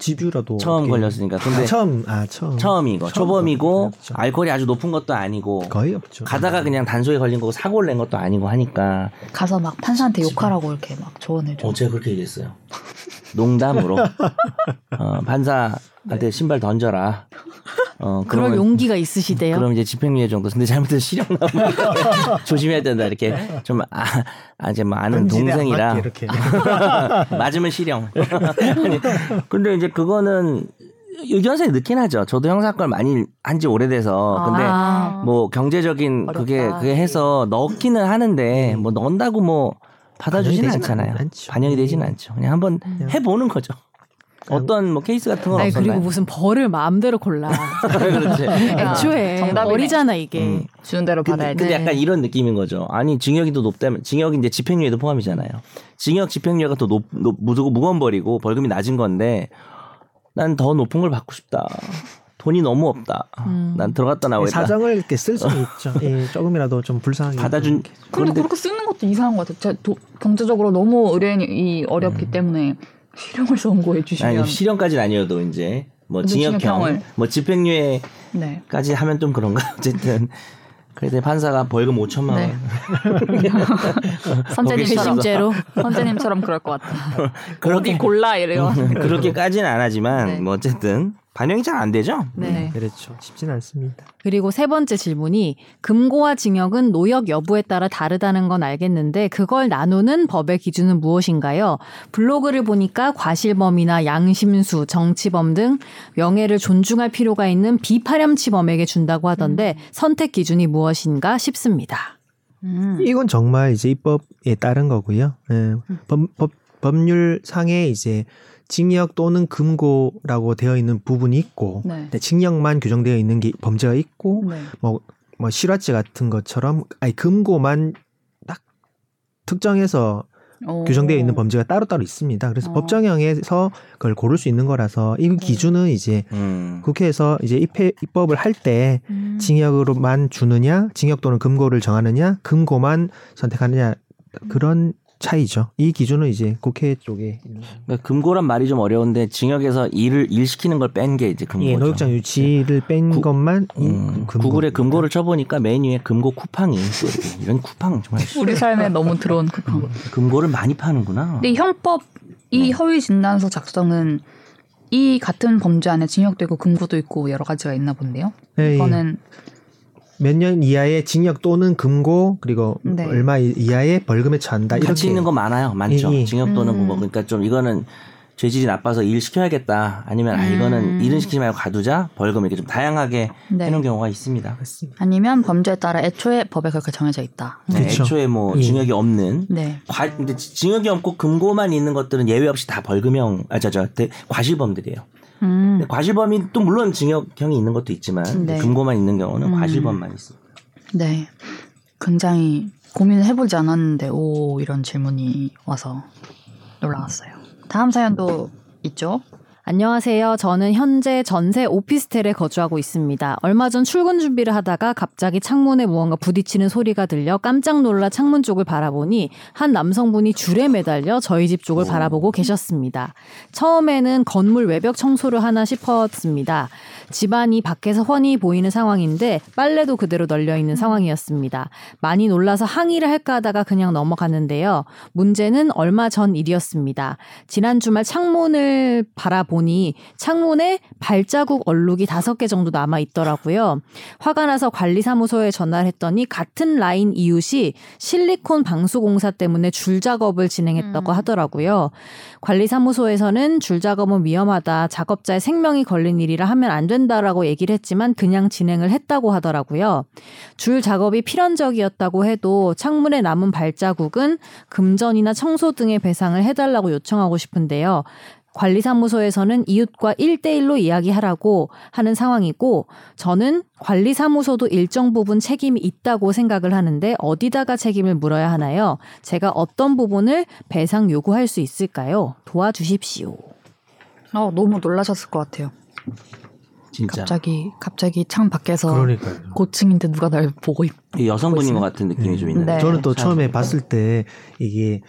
B: 집유라도
D: 처음
B: 뭐 어떻게-
D: 걸렸으니까. 근데
B: 아, 처음 아 처음
D: 처음이고
B: 처음
D: 초범이고
B: 그렇죠.
D: 알코올이 아주 높은 것도 아니고
B: 거의 없죠.
D: 가다가 그냥 단속에 걸린 거고 사고를 낸 것도 아니고 하니까
A: 가서 막 판사한테 욕하라고 이렇게 막 조언을 줘.
D: 제가 그렇게 얘기했어요. 농담으로 어,
B: 네.
D: 판사한테 신발 던져라. 어,
C: 그럴
D: 그러면-
C: 용기가 있으시대요?
D: 그럼 이제 집행유예 정도. 근데 잘못해서 실형 나오면 조심해야 된다. 이렇게 좀 아, 아, 이제 뭐 아는
B: 금지대 안
D: 동생이라
B: 맞게 이렇게.
D: 맞으면 실형. 아니, 근데 이제 그거는 의견상이 늦긴 하죠. 저도 형사권 많이 한 지 오래돼서 근데
C: 아,
D: 뭐 경제적인
E: 어렵다.
D: 그게 그게 해서 넣기는 하는데 뭐 넣는다고 뭐 받아주지는
B: 반영이 되진
D: 않잖아요.
B: 않죠.
D: 반영이 되지는 않죠. 그냥 한번 해보는 거죠. 어떤 뭐 케이스 같은 건
C: 아니, 그리고
D: 없었나요?
C: 무슨 벌을 마음대로 골라.
D: 그렇지.
C: 애초에
A: 정답이네.
C: 벌이잖아 이게.
D: 음.
A: 주는 대로
D: 근데,
A: 받아야 돼.
D: 근데
C: 네.
D: 약간 이런 느낌인 거죠. 아니 징역이 더 높다면 징역이 이제 집행유예도 포함이잖아요. 징역 집행유예가 더 높, 높 무조건 무거운 벌이고 벌금이 낮은 건데 난 더 높은 걸 받고 싶다. 돈이 너무 없다. 난 들어갔다 나오겠다.
B: 사정을 이렇게 쓸 수 있죠. 예, 조금이라도 좀 불쌍하게
D: 받아준
A: 근데
D: 그런데
A: 그렇게 쓰는 것도 이상한 것 같아요. 제 도- 경제적으로 너무 의뢰인이 어렵기 때문에 실형을 선고해 주시면
D: 아니 실형까지는 아니어도 이제 뭐
A: 근데
D: 징역형
A: 징역형을.
D: 뭐 집행유예까지
A: 네.
D: 하면 좀 그런가 어쨌든 그래서 판사가 벌금 5천만 원
A: 네.
D: 거기
A: 선재님처럼
C: 배심죄로
A: 선재님처럼 그럴 것 같아요. 어디
D: 그렇게 음,
A: 골라 이래요.
D: 그렇게까지는 안 하지만
A: 네.
D: 뭐 어쨌든 반영이 잘 안 되죠.
A: 네.
B: 그렇죠. 쉽진 않습니다.
C: 그리고 세 번째 질문이 금고와 징역은 노역 여부에 따라 다르다는 건 알겠는데 그걸 나누는 법의 기준은 무엇인가요? 블로그를 보니까 과실범이나 양심수, 정치범 등 명예를 존중할 필요가 있는 비파렴치범에게 준다고 하던데 선택 기준이 무엇인가 싶습니다.
A: 음.
B: 이건 정말 이제 입법에 따른 거고요. 예, 법, 법, 법률 상에 이제 징역 또는 금고라고 되어 있는 부분이 있고
A: 네.
B: 네, 징역만 규정되어 있는 게 범죄가 있고
A: 네.
B: 뭐, 뭐 실화죄 같은 것처럼 아니 금고만 딱 특정해서
A: 어.
B: 규정되어 있는 범죄가 따로따로 있습니다. 그래서
A: 어.
B: 법정형에서 그걸 고를 수 있는 거라서 이
A: 네.
B: 기준은 이제
D: 음.
B: 국회에서 이제 입회, 입법을 할 때
A: 음.
B: 징역으로만 주느냐, 징역 또는 금고를 정하느냐, 금고만 선택하느냐 그런 차이죠. 이 기준은 이제 국회 쪽에 있는
D: 그러니까 금고란 말이 좀 어려운데 징역에서 일을 일 시키는 걸 뺀 게 이제 금고죠.
B: 예, 노역장 유치를 뺀
D: 구-
B: 것만 이
D: 음,
B: 금고. 그러니까.
D: 구글에 금고를 쳐보니까 메인 위에 금고 쿠팡이 또 이렇게 이런 쿠팡 정말
A: 우리 삶에 너무 들어온 쿠팡.
D: 금고를 많이 파는구나.
A: 근데 형법 이 허위 진단서 작성은 이 같은 범죄 안에 징역되고 금고도 있고 여러 가지가 있나 본데요.
B: 예, 예.
A: 이거는
B: 몇년 이하의 징역 또는 금고 그리고
A: 네.
B: 얼마 이- 이하의 벌금에 처한다. 이렇게
D: 같이 있는 거 많아요. 많죠.
B: 예, 예.
D: 징역 또는
A: 음.
D: 금고. 그러니까 좀 이거는 죄질이 나빠서 일 시켜야겠다. 아니면 아
A: 음.
D: 이거는 일은 시키지 말고 가두자. 벌금 이렇게 좀 다양하게
A: 네.
D: 해놓은 경우가 있습니다.
B: 맞습니다.
A: 아니면 범죄에 따라 애초에 법에 그렇게 정해져 있다.
D: 네,
B: 그쵸.
D: 애초에 뭐
B: 예.
D: 징역이 없는
A: 네.
D: 과, 근데 지- 징역이 없고 금고만 있는 것들은 예외 없이 다 벌금형 아저저 과실범들이에요.
A: 음.
D: 근데 과실범이 또 물론 징역형이 있는 것도 있지만
A: 네.
D: 금고만 있는 경우는
A: 음.
D: 과실범만 있습니다.
A: 네. 굉장히 고민을 해보지 않았는데, 오, 이런 질문이 와서 놀라웠어요. 다음 사연도 있죠?
C: 안녕하세요. 저는 현재 전세 오피스텔에 거주하고 있습니다. 얼마 전 출근 준비를 하다가 갑자기 창문에 무언가 부딪히는 소리가 들려 깜짝 놀라 창문 쪽을 바라보니 한 남성분이 줄에 매달려 저희 집 쪽을 바라보고 계셨습니다. 처음에는 건물 외벽 청소를 하나 싶었습니다. 집안이 밖에서 훤히 보이는 상황인데 빨래도 그대로 널려 있는 상황이었습니다. 많이 놀라서 항의를 할까 하다가 그냥 넘어갔는데요. 문제는 얼마 전 일이었습니다. 지난 주말 창문을 바라보니 창문에 발자국 얼룩이 다섯 개 정도 남아 있더라고요. 화가 나서 관리사무소에 전화를 했더니 같은 라인 이웃이 실리콘 방수 공사 때문에 줄 작업을 진행했다고
A: 음.
C: 하더라고요. 관리사무소에서는 줄 작업은 위험하다, 작업자의 생명이 걸린 일이라 하면 안 된다라고 얘기를 했지만 그냥 진행을 했다고 하더라고요. 줄 작업이 필연적이었다고 해도 창문에 남은 발자국은 금전이나 청소 등의 배상을 해달라고 요청하고 싶은데요. 관리사무소에서는 이웃과 1대1로 이야기하라고 하는 상황이고, 저는 관리사무소도 일정 부분 책임이 있다고 생각을 하는데, 어디다가 책임을 물어야 하나요? 제가 어떤 부분을 배상 요구할 수 있을까요? 도와주십시오.
A: 어, 너무 놀라셨을 것 같아요.
D: 진짜
A: 갑자기 갑자기 창 밖에서
B: 그러니까요.
A: 고층인데 누가 날 보고 있.
D: 이 여성분인 것 같은 느낌이
B: 음.
D: 좀 있는데
A: 네.
B: 저는 또
D: 자,
B: 처음에 봤을 때 이게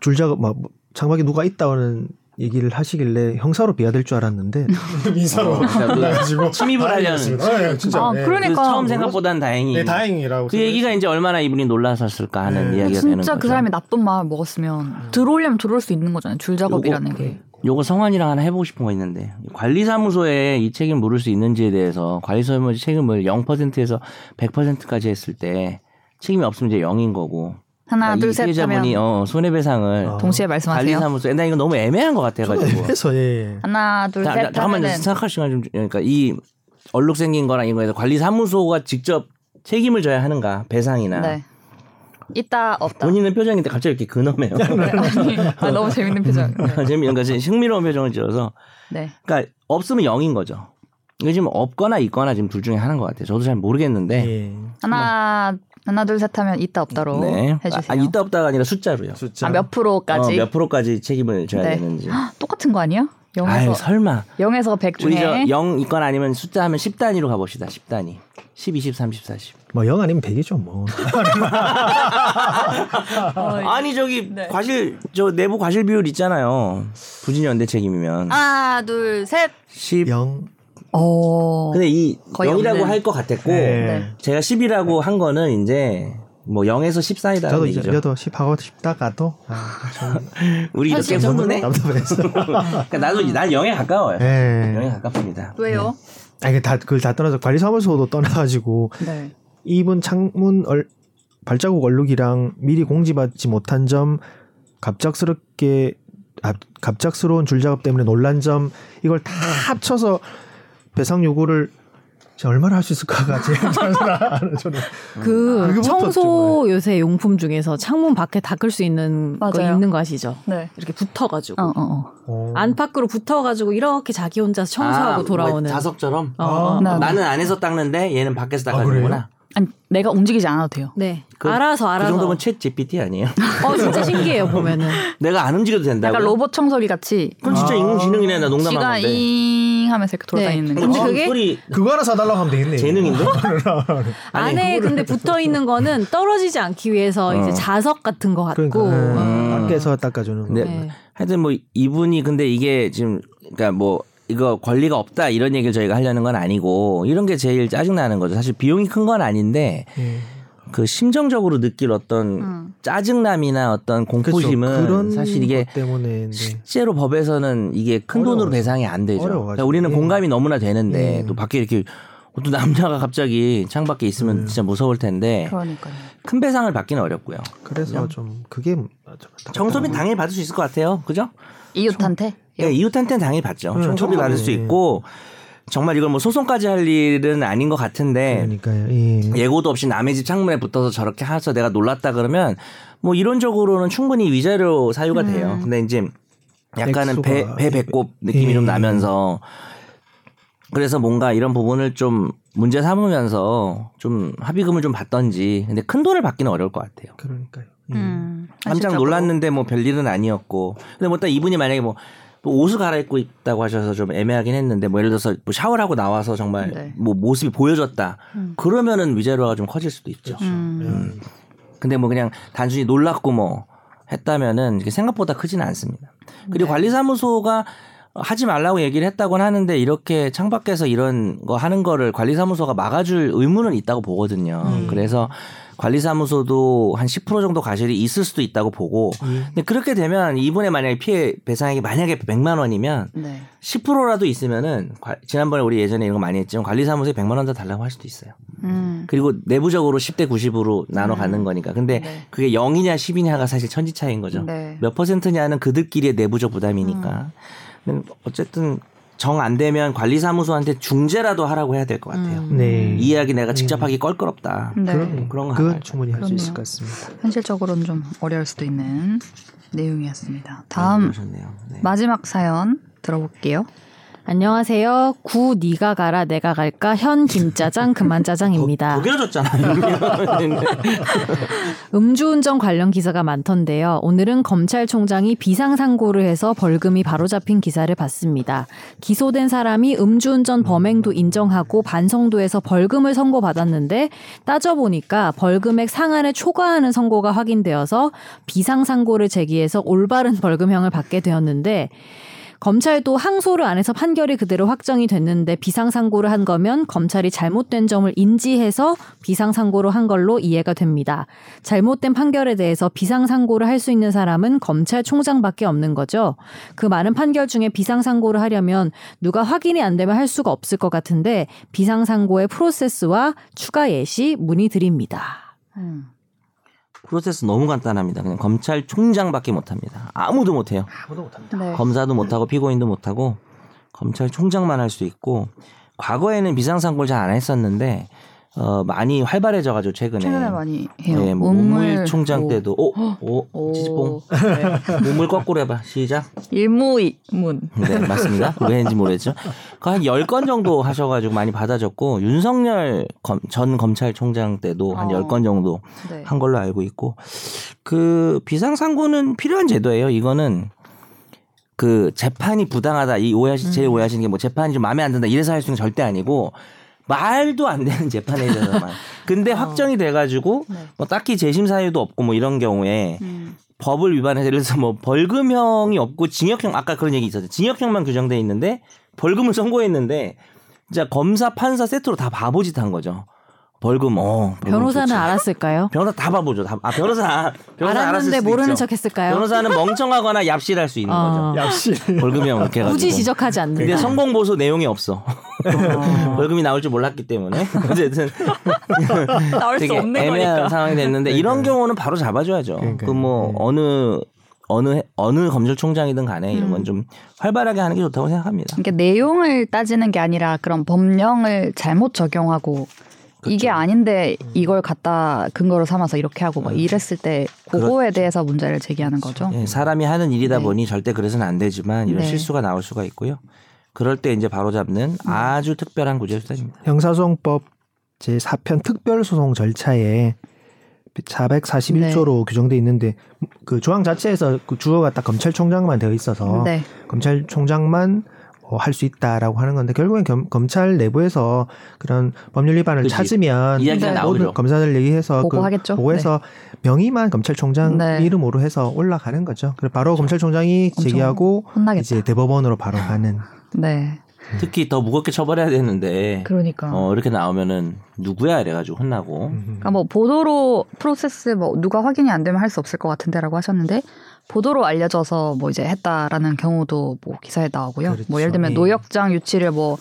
B: 줄 작업 막 장막에 누가 있다는 얘기를 하시길래 형사로 비하될 줄 알았는데
F: 인사로
D: 어, 진짜
F: 나가지고
D: 침입을 하려는
F: 아, 예, 진짜.
A: 아, 그러네.
D: 그
F: 예.
A: 그러니까.
D: 처음 생각보단 다행히
F: 네, 다행이라고.
D: 그 얘기가 이제 얼마나 이분이 놀라셨을까 하는
F: 네.
D: 이야기가 되는
A: 진짜
D: 거죠.
A: 그 사람이 나쁜 마음을 먹었으면 들어오려면 들어올 수 있는 거잖아요. 줄 작업이라는 게.
D: 그
A: 하나
D: 그러니까 이
A: 둘 셋
D: 피해자분이
A: 하면
D: 어, 손해배상을
B: 어.
A: 동시에 말씀하세요.
D: 관리사무소 나 뭐. 이거 너무 애매한 것 같아가지고
B: 그래서 예.
A: 하나 둘
D: 자, 자,
A: 셋
D: 잠깐만요.
A: 하면은
D: 생각할 시간 좀 주- 그러니까 이 얼룩 생긴 거랑 이거에서 관리사무소가 직접 책임을 져야 하는가 배상이나
A: 네. 있다 없다.
D: 본인은 표정인데 갑자기 이렇게 근엄해요.
A: 아니, 아, 너무 재밌는 표정.
D: 재미 그러니까 지금 흥미로운 표정을 지어서
A: 네.
D: 그러니까 없으면 0인 거죠. 이게 지금 없거나 있거나 지금 둘 중에 하나인 것 같아요. 저도 잘 모르겠는데.
B: 예.
A: 하나 하나 둘 셋 하면 있다 없다로 어, 해주세요.
D: 네. 아, 아, 있다 없다가 아니라 숫자로요.
B: 숫자
A: 아, 몇 프로까지?
D: 어, 몇 프로까지 책임을 져야
A: 네.
D: 되는지.
A: 똑같은 거 아니에요?
D: 아유,
A: 0에서
D: 설마.
A: 0에서 100
D: 우리
A: 중에
D: 저0 있거나 아니면 숫자 하면 10단위로 가봅시다. 10단위. 10, 20, 30, 40.
B: 뭐0 아니면 100이죠 뭐.
D: 아니, 저기,
A: 네.
D: 과실, 저 내부 과실 비율 있잖아요. 부진연대 책임이면.
A: 하나 둘 셋.
D: 10.
B: 0.
A: 어.
D: 근데 이
A: 거의
D: 0이라고
A: 없는.
D: 할 것 같았고,
A: 네.
D: 제가 10이라고 한 거는 이제, 뭐 0에서 1 4이다
B: 저도
D: 는
B: 이제
D: 얘기죠.
B: 저도 10하고 싶다가도 아, 좀
D: 우리 이렇게 흥분해?
B: 답답해서.
D: 그러니까 나도 이제 난 0에 가까워요. 영에
B: 예.
D: 가깝습니다.
A: 왜요?
B: 아 이게 다 그걸 다 떠나서 관리사무소도 떠나가지고
A: 네.
B: 이분 창문 얼, 발자국 얼룩이랑 미리 공지받지 못한 점 갑작스럽게 아, 갑- 갑작스러운 줄 작업 때문에 놀란 점 이걸 다
D: 네.
B: 합쳐서 배상 요구를 진짜 얼마나 할 수 있을까가 제일 저는 저는
C: 그
A: 아,
B: 그거부터
C: 청소 요새 용품 중에서 창문 밖에 닦을 수 있는 거
A: 맞아요.
C: 있는 거 아시죠?
A: 네.
C: 이렇게 붙어가지고.
A: 어, 어, 어.
B: 어.
C: 안팎으로 붙어가지고 이렇게 자기 혼자서 청소하고 돌아오는.
D: 뭐 자석처럼.
C: 어, 어.
A: 나-
D: 나는 안에서 닦는데 얘는 밖에서 닦아주는구나.
A: 아니, 내가 움직이지 않아도 돼요.
C: 네.
D: 그-
C: 알아서
D: 그
C: 알아서.
D: 정도면 챗 GPT 아니에요?
C: 어 진짜 신기해요 보면은.
D: 내가 안 움직여도 된다고.
A: 약간 그러니까 로봇 청소기 같이
D: 그럼 진짜
B: 아.
D: 인공지능이네. 나 아, 농담한
A: 쥐가
D: 건데.
A: 잉 하면서 이렇게 돌아다니는
C: 네.
A: 거.
C: 근데
D: 어,
C: 그게
D: 소리
B: 그거 하나 사달라고 하면 되겠네.
D: 재능인데? 아니,
C: 안에 근데 붙어 있는 거는 떨어지지 않기 위해서 이제 자석 같은 거 같고. 어.
B: 그러니까
D: 음.
B: 음. 밖에서 닦아주는 거.
D: 네.
C: 네.
D: 하여튼 뭐 이분이 근데 이게 지금 그러니까 뭐 이거 권리가 없다 이런 얘기를 저희가 하려는 건 아니고 이런 게 제일 짜증 나는 거죠. 사실 비용이 큰 건 아닌데
B: 예.
D: 그 심정적으로 느낄 어떤 짜증남이나 어떤
B: 그렇죠.
D: 공포심은
B: 그런
D: 사실 이게
B: 것 때문에 네.
D: 실제로 법에서는 이게 큰 돈으로
B: 어려워서.
D: 배상이 안 되죠.
B: 어려워가지고.
D: 그러니까 우리는
B: 예.
D: 공감이 너무나 되는데
B: 예.
D: 또 밖에 이렇게 또 남자가 갑자기 창 밖에 있으면
B: 음.
D: 진짜 무서울 텐데
A: 그러니까요.
D: 큰 배상을 받기는 어렵고요.
B: 그래서 좀 그게 좀 답답-
D: 청소비 당연히 받을 수 있을 것 같아요. 그죠?
A: 이웃한테?
D: 예, 이웃한테는 당연히 받죠.
B: 예,
D: 청소비
B: 청소비.
D: 받을 수 있고 정말 이걸 뭐 소송까지 할 일은 아닌 것 같은데
B: 그러니까요. 예.
D: 예고도 없이 남의 집 창문에 붙어서 저렇게 해서 내가 놀랐다 그러면 뭐 이론적으로는 충분히 위자료 사유가 돼요. 근데 이제 약간은 배,
B: 음. 액수가
D: 배 배꼽 느낌이 좀
B: 예.
D: 나면서 그래서 뭔가 이런 부분을 좀 문제 삼으면서 좀 합의금을 좀 받던지 근데 큰 돈을 받기는 어려울 것 같아요.
B: 그러니까요. 예.
A: 음.
D: 깜짝
A: 현실적으로.
D: 놀랐는데 뭐 별일은 아니었고 근데 뭐딱 이분이 만약에 뭐 또 옷을 갈아입고 있다고 하셔서 좀 애매하긴 했는데 뭐 예를 들어서 뭐 샤워를 하고 나와서 정말
A: 네. 음.
D: 뭐 모습이 보여졌다 그러면은 위자료가 좀 커질 수도 있죠.
B: 음.
D: 근데 뭐 그냥 단순히 놀랐고 뭐 했다면은 이게 생각보다 크지는 않습니다. 그리고 관리사무소가 하지 말라고 얘기를 했다곤 하는데 이렇게 창밖에서 이런 거 하는 거를 관리사무소가 막아줄 의무는 있다고 보거든요. 그래서 관리사무소도 한 10% 정도 과실이 있을 수도 있다고 보고 근데 그렇게 되면 이분의 만약에 피해 배상액이 만약에 100만 원이면
A: 네.
D: 10%라도 있으면은 과- 지난번에 우리 예전에 이런 거 많이 했지만 관리사무소에 100만 원 더 달라고 할 수도 있어요.
A: 음.
D: 그리고 내부적으로 10대 90으로 나눠 가는 거니까. 근데
A: 네.
D: 그게 0이냐 10이냐가 사실 천지 차이인 거죠.
A: 네.
D: 몇 퍼센트냐는 그들끼리의 내부적 부담이니까. 근데 어쨌든 정 안 되면 관리사무소한테 중재라도 하라고 해야 될 것 같아요.
C: 음.
B: 네.
D: 이 이야기 내가 직접 하기 껄끄럽다.
A: 네.
B: 그럼
D: 예. 그런 거
B: 그건
D: 하나요?
B: 충분히 할 수
A: 그럼요.
B: 있을 것 같습니다.
A: 현실적으로는 좀 어려울 수도 있는 내용이었습니다. 다음
D: 그러셨네요. 네.
A: 마지막 사연 들어볼게요.
C: 안녕하세요. 구 니가 가라 내가 갈까 현 김짜장 그만 짜장입니다.
D: 더 길어졌잖아요.
C: 음주운전 관련 기사가 많던데요. 오늘은 검찰총장이 비상상고를 해서 벌금이 바로잡힌 기사를 봤습니다. 기소된 사람이 음주운전 범행도 인정하고 반성도에서 벌금을 선고받았는데 따져보니까 벌금액 상한을 초과하는 선고가 확인되어서 비상상고를 제기해서 올바른 벌금형을 받게 되었는데 검찰도 항소를 안 해서 판결이 그대로 확정이 됐는데 비상상고를 한 거면 검찰이 잘못된 점을 인지해서 비상상고로 한 걸로 이해가 됩니다. 잘못된 판결에 대해서 비상상고를 할 수 있는 사람은 검찰총장밖에 없는 거죠. 그 많은 판결 중에 비상상고를 하려면 누가 확인이 안 되면 할 수가 없을 것 같은데 비상상고의 프로세스와 추가 예시 문의드립니다.
A: 음.
D: 프로세스 너무 간단합니다. 그냥 검찰총장밖에 못합니다. 아무도 못해요.
B: 아무도 못합니다.
A: 네.
D: 검사도 못하고 피고인도 못하고 검찰총장만 할 수 있고 과거에는 비상상고를 잘 안 했었는데 어, 많이 활발해져가지고 최근에
A: 최근에 많이 해요.
D: 예, 뭐
A: 우물
D: 우물 총장
A: 오.
D: 때도 오오
A: 오.
D: 지지뽕
A: 네.
D: 우물 거꾸로 해봐 시작
A: 일무이문.
D: 네 맞습니다 왜인지 모르겠죠 그한10건 정도 하셔가지고 많이 받아졌고 윤석열 검- 전 검찰총장 때도 한
A: 어.
D: 10건 정도
A: 네.
D: 한 걸로 알고 있고 그 비상상고는 필요한 제도예요. 이거는 그 재판이 부당하다 이 오해하시 제일 오해하시는 게 뭐 재판이 좀 마음에 안 든다 이래서 할 수 있는 게 절대 아니고 말도 안 되는 재판에 대해서만. 근데 확정이 돼가지고
A: 네.
D: 뭐 딱히 재심 사유도 없고 뭐 이런 경우에
A: 음.
D: 법을 위반해서 예를 들어서 뭐 벌금형이 없고 징역형 아까 그런 얘기 있었죠. 징역형만 규정돼 있는데 벌금을 선고했는데 진짜 검사 판사 세트로 다 바보짓 한 거죠. 벌금 어 벌금
C: 변호사는
D: 좋지.
C: 알았을까요?
D: 변호사 다 봐보죠. 다, 아 변호사 변호사 알았을
C: 알았는데
D: 수도
C: 모르는
D: 있죠.
C: 척했을까요?
D: 변호사는 멍청하거나 얍실할 수 있는
C: 어.
D: 거죠. 벌금형 이렇게 해가지고.
C: 굳이 지적하지 않는다.
B: 네.
D: 근데 성공 보수 내용이 없어. 벌금이 나올 줄 몰랐기 때문에 어쨌든
A: 나올 수
D: 되게
A: 없는
D: 애매한
A: 거니까.
D: 상황이 됐는데 이런 경우는 바로 잡아줘야죠.
B: 네, 그러니까요.
D: 그 뭐
B: 네.
D: 어느 어느 어느 검찰총장이든 간에 이런
C: 음.
D: 건 좀 활발하게 하는 게 좋다고 생각합니다.
A: 그러니까 내용을 따지는 게 아니라 그런 법령을 잘못 적용하고 이게 아닌데 이걸 갖다 근거로 삼아서 이렇게 하고 막
D: 음.
A: 이랬을 때 그거에
D: 그렇죠.
A: 대해서 문제를 제기하는 거죠.
D: 예, 사람이 하는 일이다
A: 네.
D: 보니 절대 그래서는 안 되지만 이런
A: 네.
D: 실수가 나올 수가 있고요. 그럴 때 이제 바로 잡는
C: 음.
D: 아주 특별한 구제 수단입니다.
B: 형사소송법 제 4편 특별소송 절차에 441조로
D: 네.
B: 규정돼 있는데 그 조항 자체에서 그 주어가 딱 검찰총장만 되어 있어서
A: 네.
B: 검찰총장만 어, 할 수 있다라고 하는 건데 결국엔 겸- 검찰 내부에서 그런 법률 위반을
D: 그치.
B: 찾으면
D: 이야기가
A: 네.
B: 모든
D: 나오죠.
B: 검사들 얘기해서 그
A: 보고하겠죠.
B: 아, 보고해서 명의만 검찰총장
A: 네. 그렇죠.
B: 이름으로 해서 올라가는 거죠. 그래서 바로 검찰총장이
A: 엄청
B: 제기하고
A: 혼나겠다.
B: 이제 대법원으로 바로 가는
A: 네.
D: 음. 특히 더 무겁게 처벌해야 되는데
A: 그러니까.
D: 어, 이렇게 나오면은 누구야 이래가지고 혼나고
B: 음.
A: 그러니까 뭐 보도로 프로세스 뭐 누가 확인이 안 되면 할 수 없을 것 같은데라고 하셨는데 보도로 알려져서 뭐 이제 했다라는 경우도 뭐 기사에 나오고요.
B: 그렇죠.
A: 뭐 예를 들면
B: 예.
A: 노역장 유치를 뭐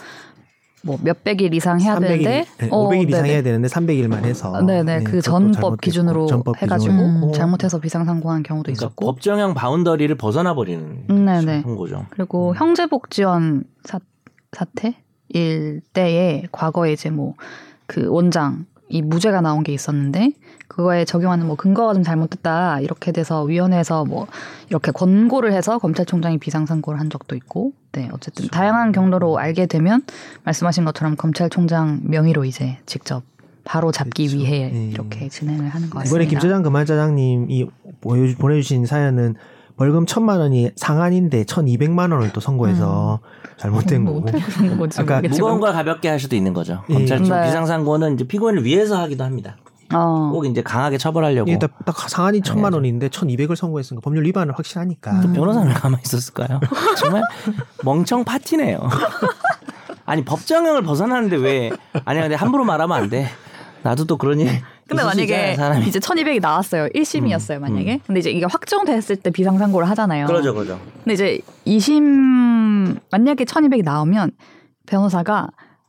A: 뭐 몇백일 이상 해야
B: 300일,
A: 되는데
B: 네,
A: 어,
B: 500일 이상
A: 네네.
B: 해야 되는데 300일만 해서
A: 네네
B: 네,
A: 그
B: 그것도
A: 전법
B: 잘못됐고,
A: 기준으로
B: 전법
A: 해가지고 음,
B: 기준으로.
A: 잘못해서 비상상고한 경우도
D: 그러니까
A: 있었고
D: 법정형 바운더리를 벗어나 버리는
A: 음, 네네.
D: 선고죠.
B: 음.
A: 그리고 형제복지원 사, 사태일 때에 과거에 이제 뭐 그 원장 이 무죄가 나온 게 있었는데 그거에 적용하는 뭐 근거가 좀 잘못됐다 이렇게 돼서 위원회에서 뭐 이렇게 권고를 해서 검찰총장이 비상상고를 한 적도 있고 네 어쨌든
B: 그렇죠.
A: 다양한 경로로 알게 되면 말씀하신 것처럼 검찰총장 명의로 이제 직접 바로 잡기
B: 그렇죠.
A: 위해
B: 예.
A: 이렇게 진행을 하는 것 같습니다.
B: 이번에 김 차장 금한 차장님이 보여주- 보내주신 사연은 벌금 천만 원이 상한인데 천이백만 원을 또 선고해서
A: 음.
B: 잘못된
E: 뭐
B: 거고. 그러니까
E: 어떻게 그런 거지?
B: 아까
E: 모르겠지만.
D: 무거운 걸 가볍게 할 수도 있는 거죠.
B: 예.
D: 검찰 측
A: 네.
D: 비상상고는 이제 피고인을 위해서 하기도 합니다.
A: 어.
D: 꼭 이제 강하게 처벌하려고.
B: 이게 딱, 딱 상한이 천만 원인데 천이백을 선고했으니까 법률 위반을 확실하니까.
A: 네. 음.
D: 변호사는 가만히 있었을까요? 정말 멍청 파티네요. 아니 법정형을 벗어나는데 왜? 아니야 근데 함부로 말하면 안 돼. 나도 또 그런 일.
A: 근데
D: 있을 수
A: 만약에
D: 있잖아요, 사람이. 음,
A: 이제 1200이 나왔어요. 1심이었어요, 만약에. 근데 이제 이게 확정됐을 때 비상상고를 하잖아요.
D: 그러죠, 그러죠.
A: 근데 이제 2심 만약에 1200이 나오면 변호사가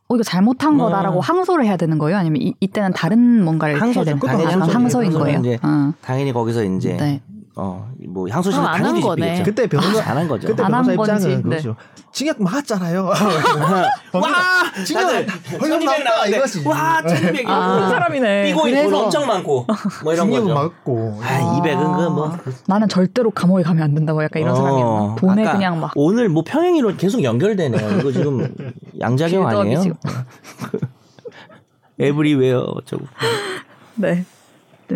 A: 어 이거 잘못한
D: 음.
A: 거다라고 항소를 해야 되는 거예요? 아니면 이, 때는 다른 뭔가를
D: 항소죠.
A: 해야 되는 거예요?
D: 당연히
A: 아,
D: 항소죠.
A: 항소인 거예요.
D: 항소는 이제
A: 어.
D: 당연히 거기서 이제
A: 네.
D: 어뭐 향수실
A: 아,
C: 그럼 안한
D: 당연히
C: 거네.
D: 집이겠죠.
B: 그때 변호사
D: 안 한 거죠.
B: 그때
A: 안한
B: 변호사 입장은
A: 건지, 네.
B: 그렇죠. 징역 맞잖아요.
D: 와
B: 징역 벌금 나왔다 이거지.
D: 와 1200.
C: 아.
E: 큰 사람이네.
D: 이거
C: 그래서-
D: 돈 엄청 많고 뭐 이런
B: 징역
D: 거죠.
B: 맞고.
D: 아 200은 그뭐 어.
A: 나는 절대로 감옥에 가면 안 된다고 약간 그러니까 이런 사람이었나? 돈에
D: 아까
A: 그냥 막
D: 오늘 뭐 평행이론 계속 연결되네요. 이거 지금 양자경
A: 길더미
D: 아니에요?
A: 지금.
D: 에브리웨어 어쩌고.
A: 네.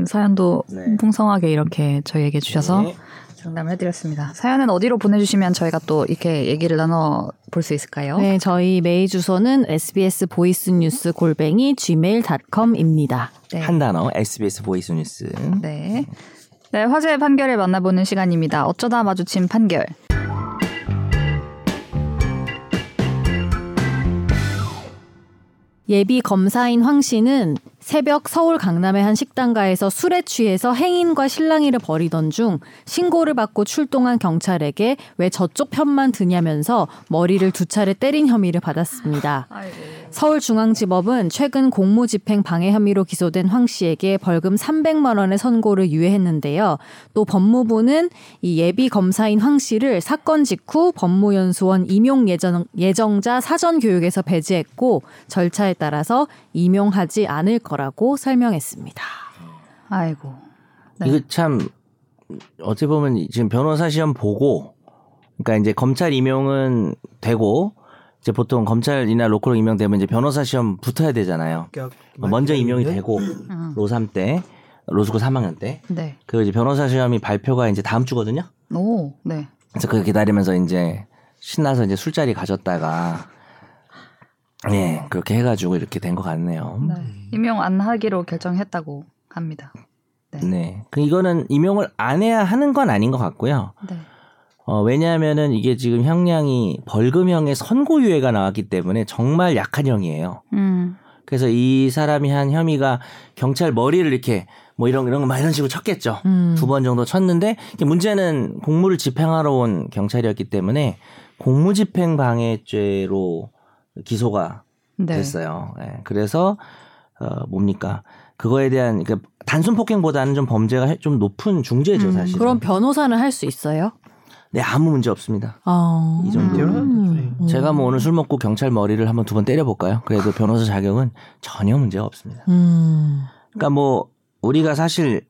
A: 사연도
D: 네.
A: 풍성하게 이렇게 저희에게 주셔서
D: 네.
A: 상담을 해드렸습니다. 사연은 어디로 보내주시면 저희가 또 이렇게 얘기를 나눠 볼 수 있을까요?
C: 네, 저희 메일 주소는 sbs 보이스 뉴스 골뱅이 gmail.com입니다.
A: 네.
D: 한 단어 SBS 보이스 뉴스.
A: 네. 네, 화제의 판결을 만나보는 시간입니다. 어쩌다 마주친 판결.
C: 예비 검사인 황 씨는 새벽 서울 강남의 한 식당가에서 술에 취해서 행인과 실랑이를 벌이던 중 신고를 받고 출동한 경찰에게 왜 저쪽 편만 드냐면서 머리를 두 차례 때린 혐의를 받았습니다. 서울중앙지법은 최근 공무집행 방해 혐의로 기소된 황 씨에게 벌금 300만 원의 선고를 유예했는데요. 또 법무부는 이 예비 검사인 황 씨를 사건 직후 법무연수원 임용 예정, 예정자 사전 교육에서 배제했고 절차에 따라서 임용하지 않을 거라고 설명했습니다.
A: 아이고. 네.
D: 이거 참 어떻게 보면 지금 변호사 시험 보고 그러니까 이제 검찰 임용은 되고 이제 보통 검찰이나 로컬 임용되면 이제 변호사 시험 붙어야 되잖아요. 어, 그러니까 네. 먼저 임용이
B: 네.
D: 되고
A: 음.
D: 로삼 때 로스쿨 3학년 때
A: 네.
D: 그 이제 변호사 시험이 발표가 이제 다음 주거든요.
A: 오, 네.
D: 그래서 그거 기다리면서 이제 신나서 이제 술자리 가졌다가 예 그렇게 해가지고 이렇게 된 것 같네요.
A: 네. 임용 안 하기로 결정했다고 합니다.
D: 네, 그 이거는 임용을 안 해야 하는 건 아닌 것 같고요.
A: 네.
D: 어, 왜냐하면은 이게 지금 형량이 벌금형의 선고유예가 나왔기 때문에 정말 약한 형이에요.
A: 음.
D: 그래서 이 사람이 한 혐의가 경찰 머리를 이렇게 뭐 이런 이런 거막 이런 식으로 쳤겠죠.
C: 음.
D: 두 번 정도 쳤는데 이게 문제는 공무를 집행하러 온 경찰이었기 때문에 공무집행방해죄로 기소가
A: 네.
D: 됐어요. 예, 그래서 어, 뭡니까 그거에 대한 그 단순 폭행보다는 좀 범죄가 좀 높은 중죄죠
A: 음,
D: 사실.
C: 그럼 변호사는 할 수 있어요?
D: 네 아무 문제 없습니다.
C: 어.
D: 이 정도.
C: 음.
D: 제가 뭐 오늘 술 먹고 경찰 머리를 한번 두 번 때려볼까요?
A: 아.
D: 그래도 변호사 자격은 전혀 문제가 없습니다.
C: 음.
D: 그러니까 뭐 우리가 사실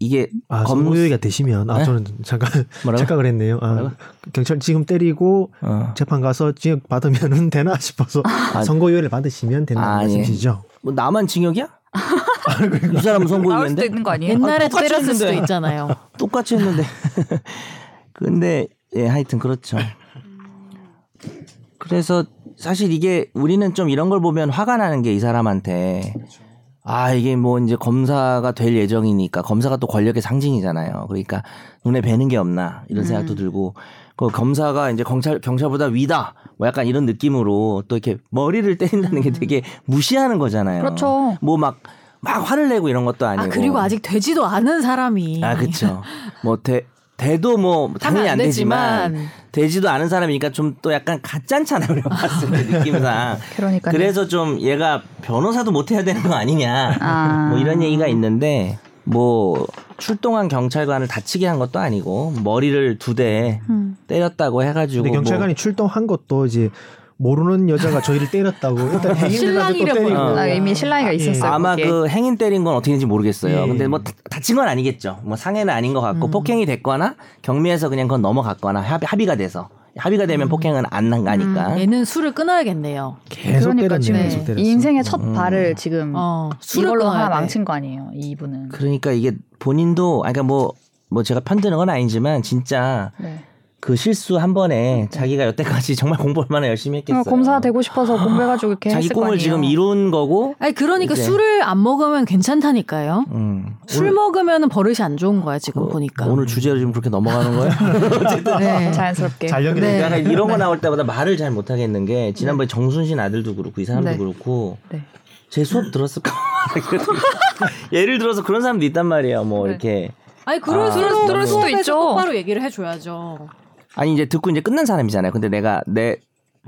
D: 이게
B: 아,
D: 검-
B: 선고유예가 되시면 아
D: 네?
B: 저는 잠깐
D: 뭐라고?
B: 착각을 했네요. 아,
D: 뭐라고?
B: 경찰 지금 때리고
D: 어.
B: 재판 가서 징역 받으면은 되나 싶어서 선고유예를 받으시면 된다는
D: 아, 예.
B: 말씀이시죠?
D: 뭐 나만 징역이야?
B: 아, 그러니까.
D: 이 사람은
A: 나올 수도
D: 선고유예인데
A: 있는 거 아니에요?
C: 옛날에
D: 똑같이
C: 때렸을 수도
D: 했는데.
C: 있잖아요.
D: 똑같이 했는데. 근데 예 하여튼 그렇죠. 그래서 사실 이게 우리는 좀 이런 걸 보면 화가 나는 게 이 사람한테 아 이게 뭐 이제 검사가 될 예정이니까 검사가 또 권력의 상징이잖아요. 그러니까 눈에 뵈는 게 없나 이런
C: 음.
D: 생각도 들고 그 검사가 이제 경찰 경찰보다 위다 뭐 약간 이런 느낌으로 또 이렇게 머리를 때린다는
C: 음.
D: 게 되게 무시하는 거잖아요.
A: 그렇죠.
D: 뭐 막 막 화를 내고 이런 것도 아니고.
C: 아 그리고 아직 되지도 않은 사람이
D: 아, 그쵸. 뭐, 대, 대도 뭐, 당연히 안,
C: 안
D: 되지만,
C: 되지만.
D: 되지도 않은 사람이니까 좀 또 약간 가짠잖아요. 우리가 봤을 때 느낌상.
A: 그러니까요.
D: 아, 그래서 좀 얘가 변호사도 못해야 되는 거 아니냐.
A: 아.
D: 뭐 이런 얘기가 있는데, 뭐, 출동한 경찰관을 다치게 한 것도 아니고, 머리를 두 대 때렸다고 해가지고. 뭐
B: 근데 경찰관이 출동한 것도 이제 모르는 여자가 저희를 때렸다고 일단 행인들한테 또
C: 신랑이라
B: 때리고
D: 불러.
A: 아, 이미 신랑이가
B: 예.
D: 뭐
A: 있었어요.
D: 아마
A: 거기에.
D: 그 행인 때린 건 어떻게 된지 모르겠어요.
A: 음.
B: 예.
D: 근데 뭐 다- 다친 건 아니겠죠. 뭐 상해는 아닌 것 같고 폭행이 됐거나 경미해서 그냥 그건 넘어갔거나 합의, 합의가 돼서 합의가
A: 음.
D: 되면 폭행은 안 난 거니까.
C: 음.
A: 네.
C: 얘는 술을 끊어야겠네요.
B: 계속
A: 그러니까
B: 때렸네요.
A: 지금
B: 계속 때렸어.
A: 이
D: 음.
A: 인생의 첫 발을 지금
C: 어, 술을
A: 이걸로
C: 끊어야
A: 하나
C: 돼.
D: 그
A: 망친 거 아니에요, 이분은.
D: 그러니까 이게 본인도 아 그러니까 뭐 뭐 제가 편드는 건 아니지만 진짜
E: 네.
D: 그 실수 한 번에 자기가 여태까지 정말 공부 얼마나 열심히 했겠어요.
A: 음. 어, 검사 되고 싶어서 공부해가지고 이렇게
D: 자기
A: 했을 거
D: 꿈을
A: 아니에요.
D: 지금 이룬 거고.
C: 아니 그러니까
D: 이제-
C: 술을 안 먹으면 괜찮다니까요.
D: 음. 어,
C: 술 먹으면 버릇이 안 좋은 거야 지금 보니까.
D: 오늘 주제로 지금 그렇게 넘어가는 거예요?
C: 네.
A: 예.
E: 자연스럽게.
B: 잘 연결돼.
C: 네.
D: 약간 그러니까 이런 거 나올 때마다 말을 잘 못하겠는 게 지난번에 정순신 아들도 그렇고 이 사람도
A: 네.
D: 그렇고
A: 네.
D: 제 수업 들었을까? 예를 들어서 그런 사람도 있단 말이에요. 뭐 이렇게
C: 아니 그럴 수도
A: 그럴- 그럴 수도 있죠.
C: 똑바로 얘기를 해줘야죠.
D: 아니 이제 듣고 이제 끝난 사람이잖아요. 근데 내가 내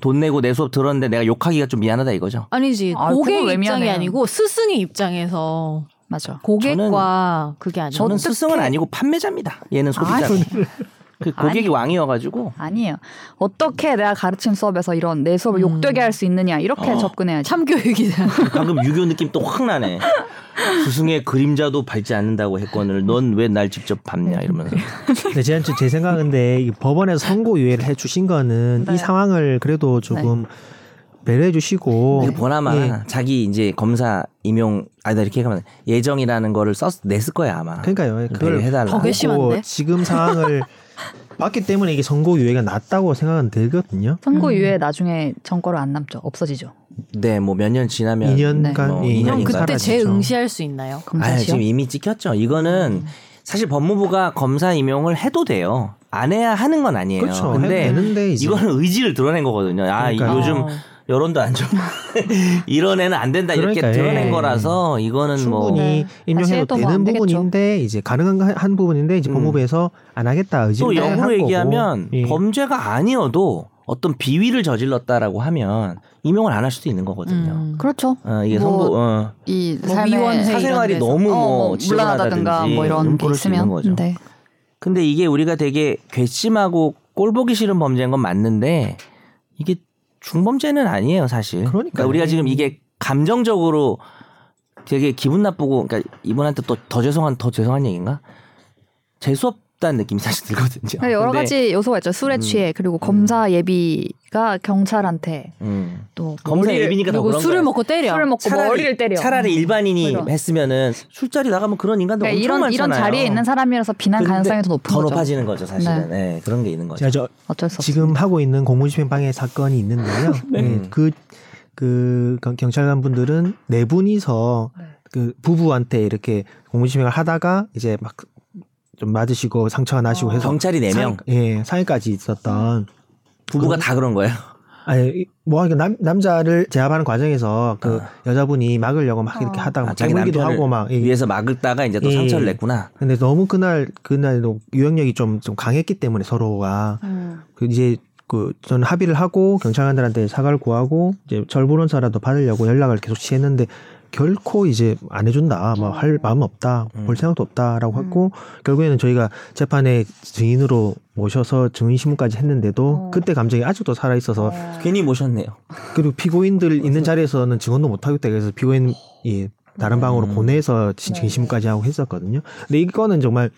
D: 돈 내고 내 수업 들었는데 내가 욕하기가 좀 미안하다 이거죠.
C: 아니지
A: 아,
C: 고객
A: 그건 왜
C: 입장이
A: 미안해요.
C: 아니고 스승의 입장에서
A: 맞아.
C: 고객과 그게 아니고
D: 저는 스승은 아니고 판매자입니다. 얘는 소비자. 그 고객이 왕이어가지고
A: 아니에요. 어떻게 내가 가르친 수업에서 이런 내 수업을
D: 음.
A: 욕되게 할 수 있느냐 이렇게
D: 어.
A: 접근해야지.
C: 참교육이다.
D: 방금 유교 느낌 또 확 나네. 스승의 그림자도 밟지 않는다고 했거늘 넌 왜 날 직접 밟냐 이러면서
B: 네, 제한 제 생각인데 이 법원에서 선고 유예를 해 주신 거는
A: 네.
B: 이 상황을 그래도 조금 배려해 주시고
D: 이게 보나마
B: 예.
D: 자기 이제 검사 임용 아니다 이렇게 하면 예정이라는 거를 썼 냈을 거야 아마.
B: 그러니까요. 그걸
D: 네, 해달라.
C: 더
B: 보고
C: 괘씸한데?
B: 지금 상황을 봤기 때문에 이게 선고 유예가 낫다고 생각은 들거든요.
D: 음.
A: 선고 이후에 나중에 정거로 안 남죠. 없어지죠.
D: 네, 뭐 몇 년 지나면
B: 2년간
D: 네.
B: 예,
D: 어,
C: 그럼
D: 인연이
C: 그때
D: 사라지죠.
C: 재응시할 수 있나요?
D: 아
A: 검사시험.
D: 지금 이미 찍혔죠.
B: 음.
D: 이거는 사실 법무부가 검사 임용을 해도 돼요. 안 해야 하는 건 아니에요.
B: 그렇죠.
D: 예. 근데
B: 해도 되는데 이제.
D: 이거는 의지를 드러낸 거거든요. 아 이-
B: 그러니까요.
D: 요즘
C: 어.
D: 여론도 안 좋고 이런 애는 안 된다 이렇게
B: 그러니까요.
D: 드러낸
B: 예.
D: 거라서 이거는 뭐
B: 충분히
A: 네. 다시
B: 임용해도
A: 해도 뭐안
B: 되는
A: 되겠죠.
B: 부분인데 이제 가능한 한- 한 부분인데 이제
D: 음.
B: 법무부에서 안 하겠다 의지를
D: 또
B: 한
D: 역으로
B: 거고.
D: 얘기하면
B: 예.
D: 범죄가 아니어도 어떤 비위를 저질렀다라고 하면 임용을 안 할 수도 있는 거거든요.
C: 음.
A: 그렇죠.
D: 어, 이게
A: 뭐
D: 선고 어.
A: 이
C: 뭐
A: 삶의
C: 미원회 이런
D: 사생활이
C: 데서.
D: 너무
A: 어,
D: 뭐
A: 뭐 물란하다든가
D: 지저분하다든지
A: 뭐 이런 게
D: 그럴 수 있는
A: 있으면
D: 거죠.
A: 네.
D: 근데 이게 우리가 되게 괘씸하고 꼴보기 싫은 범죄인 건 맞는데 이게 중범죄는 아니에요 사실.
B: 그러니까요.
D: 우리가 지금 이게 감정적으로 되게 기분 나쁘고 그러니까 이분한테 또 더 죄송한 더 죄송한 얘기인가? 재수 없다는 느낌이 사실 들거든요.
C: 네,
A: 그러니까 여러
D: 근데,
A: 가지 요소가 있죠. 술에
D: 음.
A: 취해 그리고 검사 예비가 경찰한테
D: 음,
A: 또
D: 검사
A: 머리를-
D: 예비니까 더
C: 그리고
D: 그런
C: 술을
D: 거예요.
C: 먹고 때려.
A: 술을 먹고
D: 차라리-
A: 머리를 때려.
D: 차라리 일반인이
A: 뭐 이런.
D: 했으면은 술자리 나가면 그런 인간들
A: 그러니까
D: 엄청
A: 이런
D: 많잖아요.
A: 이런 자리에 있는 사람이라서 비난
D: 근데
A: 가능성이 더 높은
D: 더
A: 거죠.
D: 높아지는 거죠 사실은. 네. 그런 게 있는 거죠.
B: 제가 저
A: 어쩔 수 없어.
B: 지금 하고 있는 공무집행방해 사건이 있는데요. 네, 그, 그 경- 경찰관 분들은 네 분이서 그 부부한테 이렇게 공무집행을 하다가 이제 막 좀 맞으시고 상처가 나시고 해서
D: 경찰이 네
B: 상위-
D: 명.
B: 예, 상위까지 있었던
D: 부부가 다 그런 거예요.
B: 아니 이- 뭐 이게 남 남자를 제압하는 과정에서 그 여자분이 막으려고 막 이렇게 하다가
D: 아,
B: 막
D: 자기
B: 잘리기도
D: 남편을
B: 하고 막 예.
D: 위해서 막을다가 이제 또
B: 예.
D: 상처를 냈구나.
B: 근데 너무 그날 그날도 유행력이 좀 좀 강했기 때문에 서로가
D: 음.
B: 그 이제 그 저는 합의를 하고 경찰관들한테 사과를 구하고 이제 절보론사라도 받으려고 연락을 계속 취했는데 결코 이제 안 해준다, 뭐 할 마음 없다, 볼 생각도 없다라고 했고 결국에는 저희가 재판에 증인으로 모셔서 증인 신문까지 했는데도 그때 감정이 아직도 살아 있어서
D: 괜히 모셨네요.
B: 그리고 피고인들 있는 자리에서는 증언도 못 하겠다 그래서 피고인 이 다른 방으로
D: 음.
B: 보내서
A: 네.
B: 진심까지 하고 했었거든요. 근데 이거는 정말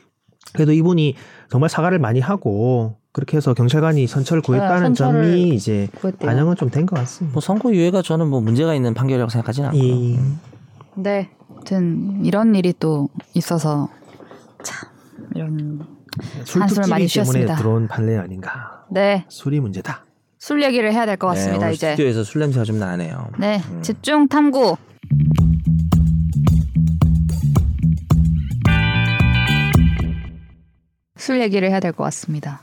B: 그래도 이분이 정말 사과를 많이 하고 그렇게 해서 경찰관이 선처를 구했다는
A: 아, 선처를
B: 점이 이제
A: 구했대요.
B: 반영은 좀 된 것 같습니다.
D: 뭐 선고 유예가 저는 뭐 문제가 있는 판결이라고 생각하지는 않고. 요
B: 이
A: 네. 아무튼 이런 일이 또 있어서 참 이런 한숨을 많이
B: 술특집이 때문에
A: 쉬었습니다.
B: 들어온 판례 아닌가.
A: 네.
B: 술이 문제다.
A: 술 얘기를 해야 될 것 같습니다.
D: 네, 오늘
A: 이제.
D: 스튜디오에서 술 냄새가 좀 나네요.
A: 네. 집중 탐구. 술 얘기를 해야 될 것 같습니다.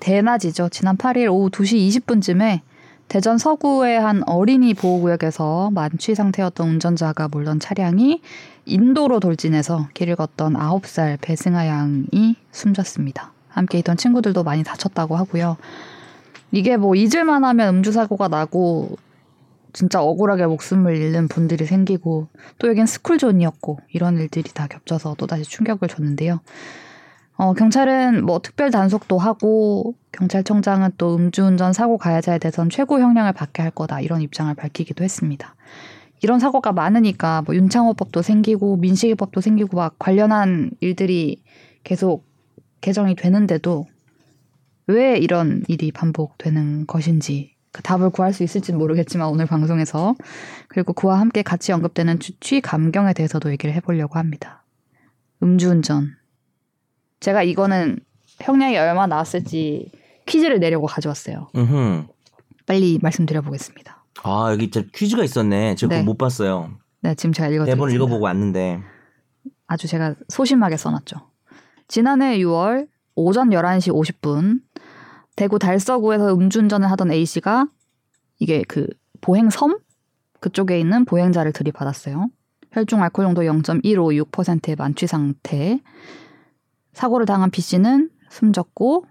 A: 대낮이죠. 지난 8일 오후 2시 20분쯤에 대전 서구의 한 어린이 보호구역에서 만취 상태였던 운전자가 몰던 차량이 인도로 돌진해서 길을 걷던 9살 배승아 양이 숨졌습니다. 함께 있던 친구들도 많이 다쳤다고 하고요. 이게 뭐 잊을만 하면 음주사고가 나고 진짜 억울하게 목숨을 잃는 분들이 생기고 또 여긴 스쿨존이었고 이런 일들이 다 겹쳐서 또다시 충격을 줬는데요. 어, 경찰은 뭐 특별 단속도 하고 경찰청장은 또 음주운전 사고 가해자에 대해선 최고 형량을 받게 할 거다 이런 입장을 밝히기도 했습니다. 이런 사고가 많으니까 뭐 윤창호법도 생기고 민식이법도 생기고 막 관련한 일들이 계속 개정이 되는데도 왜 이런 일이 반복되는 것인지 그 답을 구할 수 있을지는 모르겠지만 오늘 방송에서 그리고 그와 함께 같이 언급되는 취- 취 감경에 대해서도 얘기를 해보려고 합니다. 음주운전 제가 이거는 형량이 얼마 나왔을지 퀴즈를 내려고 가져왔어요.
D: 음흠.
A: 빨리 말씀드려 보겠습니다.
D: 아 여기 진짜 퀴즈가 있었네. 제가
A: 네.
D: 그거 못 봤어요.
A: 네, 지금 제가 읽어
D: 대본 읽어보고 왔는데.
A: 아주 제가 소심하게 써놨죠. 지난해 6월 오전 11시 50분 대구 달서구에서 음주운전을 하던 A씨가 이게 그 보행섬 그쪽에 있는 보행자를 들이받았어요. 혈중 알코올 농도 0.156%의 만취 상태. 사고를 당한 B씨는 숨졌고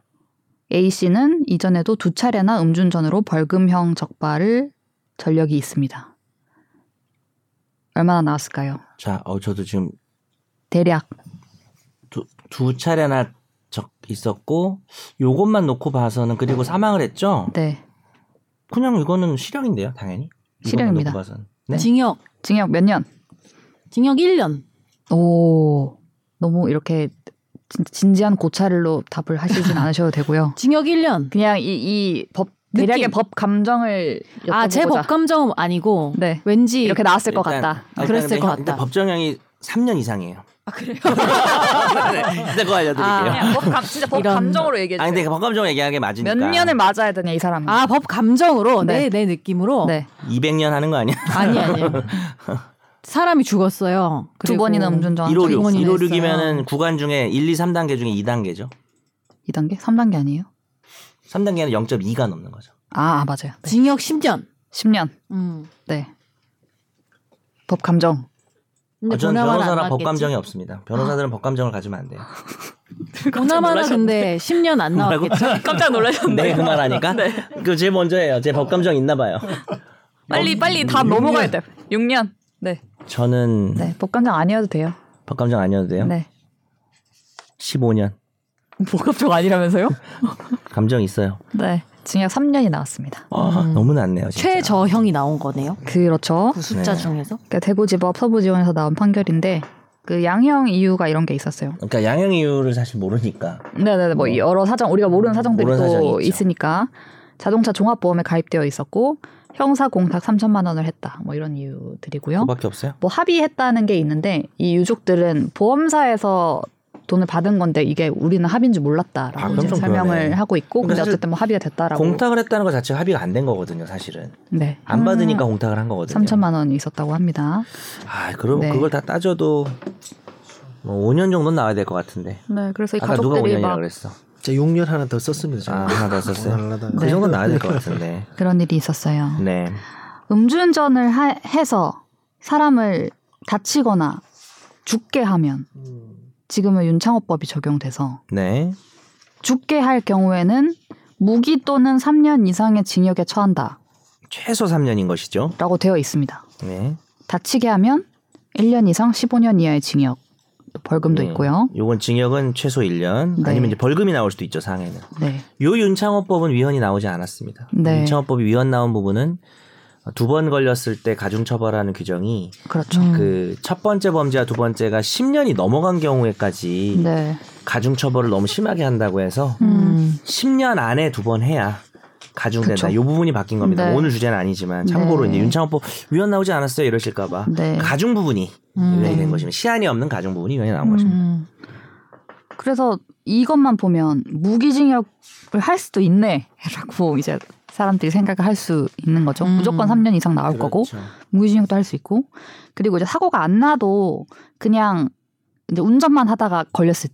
A: A씨는 이전에도 두 차례나 음주운전으로 벌금형 적발을 전력이 있습니다. 얼마나 나왔을까요?
D: 자, 어 저도 지금
A: 대략
D: 두, 두 차례나 적 있었고 요것만 놓고 봐서는 그리고 사망을 했죠.
A: 네.
D: 그냥 이거는 실형인데요, 당연히. 이것만
A: 실형입니다.
D: 놓고 봐서는. 네.
C: 징역
A: 징역 몇 년?
C: 징역 1년.
A: 오, 너무 이렇게 진, 진지한 고찰로 답을 하시진 않으셔도 되고요.
C: 징역 1년.
A: 그냥 이, 이 법, 대략의
C: 느낌.
A: 법 감정을 여쭤보고자.
C: 아, 제 법감정 아니고
A: 네.
C: 왠지
A: 이렇게 나왔을 것
D: 일단-
A: 같다.
D: 아, 일단
C: 그랬을
D: 근데
C: 것
D: 형- 일단
C: 같다.
D: 법정형이 3년 이상이에요.
C: 아, 그래요? 아,
D: 네, 일단 그거 알려드릴게요.
A: 아, 그냥 법 감, 진짜 법
C: 이런-
A: 감정으로 얘기해
D: 아, 니 근데
A: 주세요.
D: 법감정 얘기하는 게 맞으니까.
A: 몇 년을 맞아야 되냐 이 사람은.
C: 아, 법감정으로
A: 네.
C: 내 내 느낌으로
A: 네.
D: 200년 하는 거 아니야?
C: 아니 아니. 사람이 죽었어요.
A: 두
C: 그리고
A: 번이나
C: 뭐
A: 음주운전
D: 156.
C: 번이나
D: 156이면은 구간 중에 1, 2, 3단계 중에 2단계죠.
A: 2단계? 3단계 아니에요?
D: 3단계는 0.2가 넘는 거죠.
A: 아, 아, 맞아요. 네.
C: 징역 10년.
A: 10년.
C: 음.
A: 네. 법 감정.
C: 근데
D: 아, 저는
C: 보나마나
D: 변호사랑
C: 안 맞겠지? 아.
D: 법감정이 없습니다. 변호사들은 법감정을 가지면 안 돼요.
C: 보나마나 근데 10년 안
D: 뭐라고?
C: 나왔겠죠.
E: 깜짝 놀라셨네.
D: 네, 그 말하니까. 그 제 먼저예요. 제 법감정 있나 봐요.
A: 빨리 빨리 다 넘어가야 돼. 6년. 네.
D: 저는
A: 네. 법 감정 아니어도 돼요.
D: 법감정 아니어도 돼요.
A: 네.
D: 15년 네.
A: 법 감정 아니라면서요?
D: 감정 있어요.
A: 네. 징역 3년이 나왔습니다.
D: 아, 너무 낫네요. 진짜.
C: 최저형이 나온 거네요.
A: 그렇죠.
C: 그 숫자
D: 네.
C: 중에서.
A: 그러니까 대구지법 서부지원에서 나온 판결인데 그 양형 이유가 이런 게 있었어요.
D: 그러니까 양형 이유를 사실 모르니까.
A: 네네네. 뭐 여러 사정 우리가 모르는 사정들이
D: 어. 음, 모르는
A: 또
D: 사정이 있죠.
A: 있으니까 자동차 종합보험에 가입되어 있었고 형사 공탁 3천만 원을 했다. 뭐 이런 이유들이고요.
D: 그밖에 없어요.
A: 뭐 합의했다는 게 있는데 이 유족들은 보험사에서 돈을 받은 건데 이게 우리는 합의인 줄 몰랐다라고
D: 아, 그럼
A: 이제
D: 좀
A: 설명을
D: 그러네.
A: 하고 있고
D: 그러니까
A: 근데
D: 사실
A: 어쨌든 뭐 합의가 됐다라고
D: 공탁을 했다는 것 자체가 합의가 안 된 거거든요, 사실은.
A: 네.
D: 안 받으니까 공탁을 한 거거든요.
A: 3천만 원이 있었다고 합니다.
D: 아, 그럼
A: 네.
D: 그걸 다 따져도 뭐 5년 정도는 나와야 될 것 같은데.
A: 네, 그래서 이
D: 아까 누가
A: 가족들이
D: 5년이라
A: 막
D: 그랬어.
B: 자, 6년 하나 더 썼습니다.
D: 아,
B: 저는.
D: 하나 더 썼어요.
B: 날라다.
D: 그
A: 네.
D: 정도는 나와야 될 것 같은데.
A: 그런 일이 있었어요.
D: 네.
A: 음주운전을 하- 해서 사람을 다치거나 죽게 하면
B: 음.
A: 지금은 윤창호법이 적용돼서
D: 네.
A: 죽게 할 경우에는 무기 또는 3년 이상의 징역에 처한다라고
D: 최소 3년인 것이죠.
A: 되어 있습니다.
D: 네.
A: 다치게 하면 1년 이상 15년 이하의 징역, 또 벌금도
D: 네.
A: 있고요.
D: 요건 징역은 최소 1년
A: 네.
D: 아니면 이제 벌금이 나올 수도 있죠, 상해는.
A: 네,
D: 요 윤창호법은 위헌이 나오지 않았습니다.
A: 네.
D: 윤창호법이 위헌 나온 부분은 두 번 걸렸을 때 가중처벌하는 규정이
A: 그렇죠.
D: 그 첫 번째 범죄와 두 번째가 10년이 넘어간 경우에까지
A: 네,
D: 가중처벌을 너무 심하게 한다고 해서
A: 음,
D: 10년 안에 두 번 해야
A: 그쵸.
D: 가중된다. 이 부분이 바뀐 겁니다.
A: 네.
D: 오늘 주제는 아니지만 참고로
A: 네.
D: 이제 윤창호법 위헌 나오지 않았어요 이러실까봐
A: 네.
D: 가중 부분이
C: 음.
D: 위헌이 된 것이면 시한이 없는 가중 부분이 위헌이 나온 것입니다.
C: 음.
A: 그래서 이것만 보면 무기징역을 할 수도 있네라고 이제 사람들이 생각을 할 수 있는 거죠.
C: 음.
A: 무조건 3년 이상 나올 거고
D: 그렇죠.
A: 무기징역도 할 수 있고 그리고 이제 사고가 안 나도 그냥 이제 운전만 하다가 걸렸을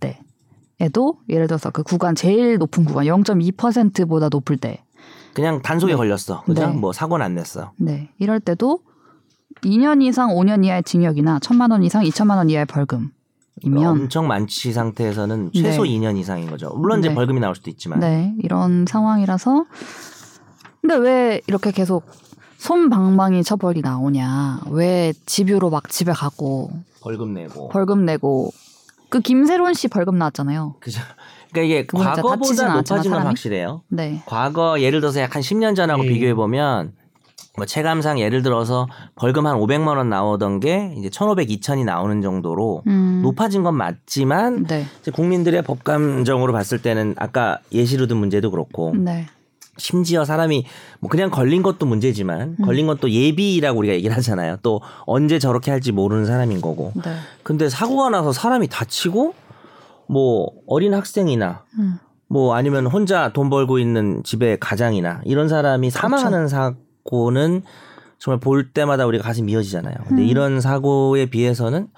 A: 때에도 예를 들어서 그 구간 제일 높은 구간 0.2%보다 높을 때
D: 그냥 단속에 걸렸어.
A: 네.
D: 그죠? 뭐 사고는 안 냈어.
A: 네, 이럴 때도 2년 이상 5년 이하의 징역이나 1천만 원 이상 2천만 원 이하의 벌금이면
D: 그러니까 엄청 만취 상태에서는 최소
A: 네.
D: 2년 이상인 거죠. 물론 이제
A: 네.
D: 벌금이 나올 수도 있지만.
A: 네, 이런 상황이라서 근데 왜 이렇게 계속 솜방망이 처벌이 나오냐? 왜 집유로 막 집에 가고
D: 벌금 내고.
A: 벌금 내고 그 김세론 씨 벌금 나왔잖아요.
D: 그죠? 그러니까 이게
A: 그건 진짜 다치진
D: 과거보다
A: 않았지만
D: 높아진 건
A: 사람이?
D: 확실해요.
A: 네.
D: 과거 예를 들어서 약 한 10년 전하고
B: 예.
D: 비교해 보면 뭐 체감상 예를 들어서 벌금 한 500만 원 나오던 게 이제 1,500, 2,000이 나오는 정도로
A: 음.
D: 높아진 건 맞지만
A: 네.
D: 이제 국민들의 법감정으로 봤을 때는 아까 예시로 든 문제도 그렇고
A: 네.
D: 심지어 사람이 뭐 그냥 걸린 것도 문제지만
C: 음.
D: 걸린 건 또 예비라고 우리가 얘기를 하잖아요. 또 언제 저렇게 할지 모르는 사람인 거고.
A: 네.
D: 근데 사고가 나서 사람이 다치고 뭐 어린 학생이나
C: 음.
D: 뭐 아니면 혼자 돈 벌고 있는 집의 가장이나 이런 사람이
C: 그렇죠.
D: 사망하는 사고는 정말 볼 때마다 우리가 가슴이 이어지잖아요. 근데
C: 음.
D: 이런 사고에 비해서는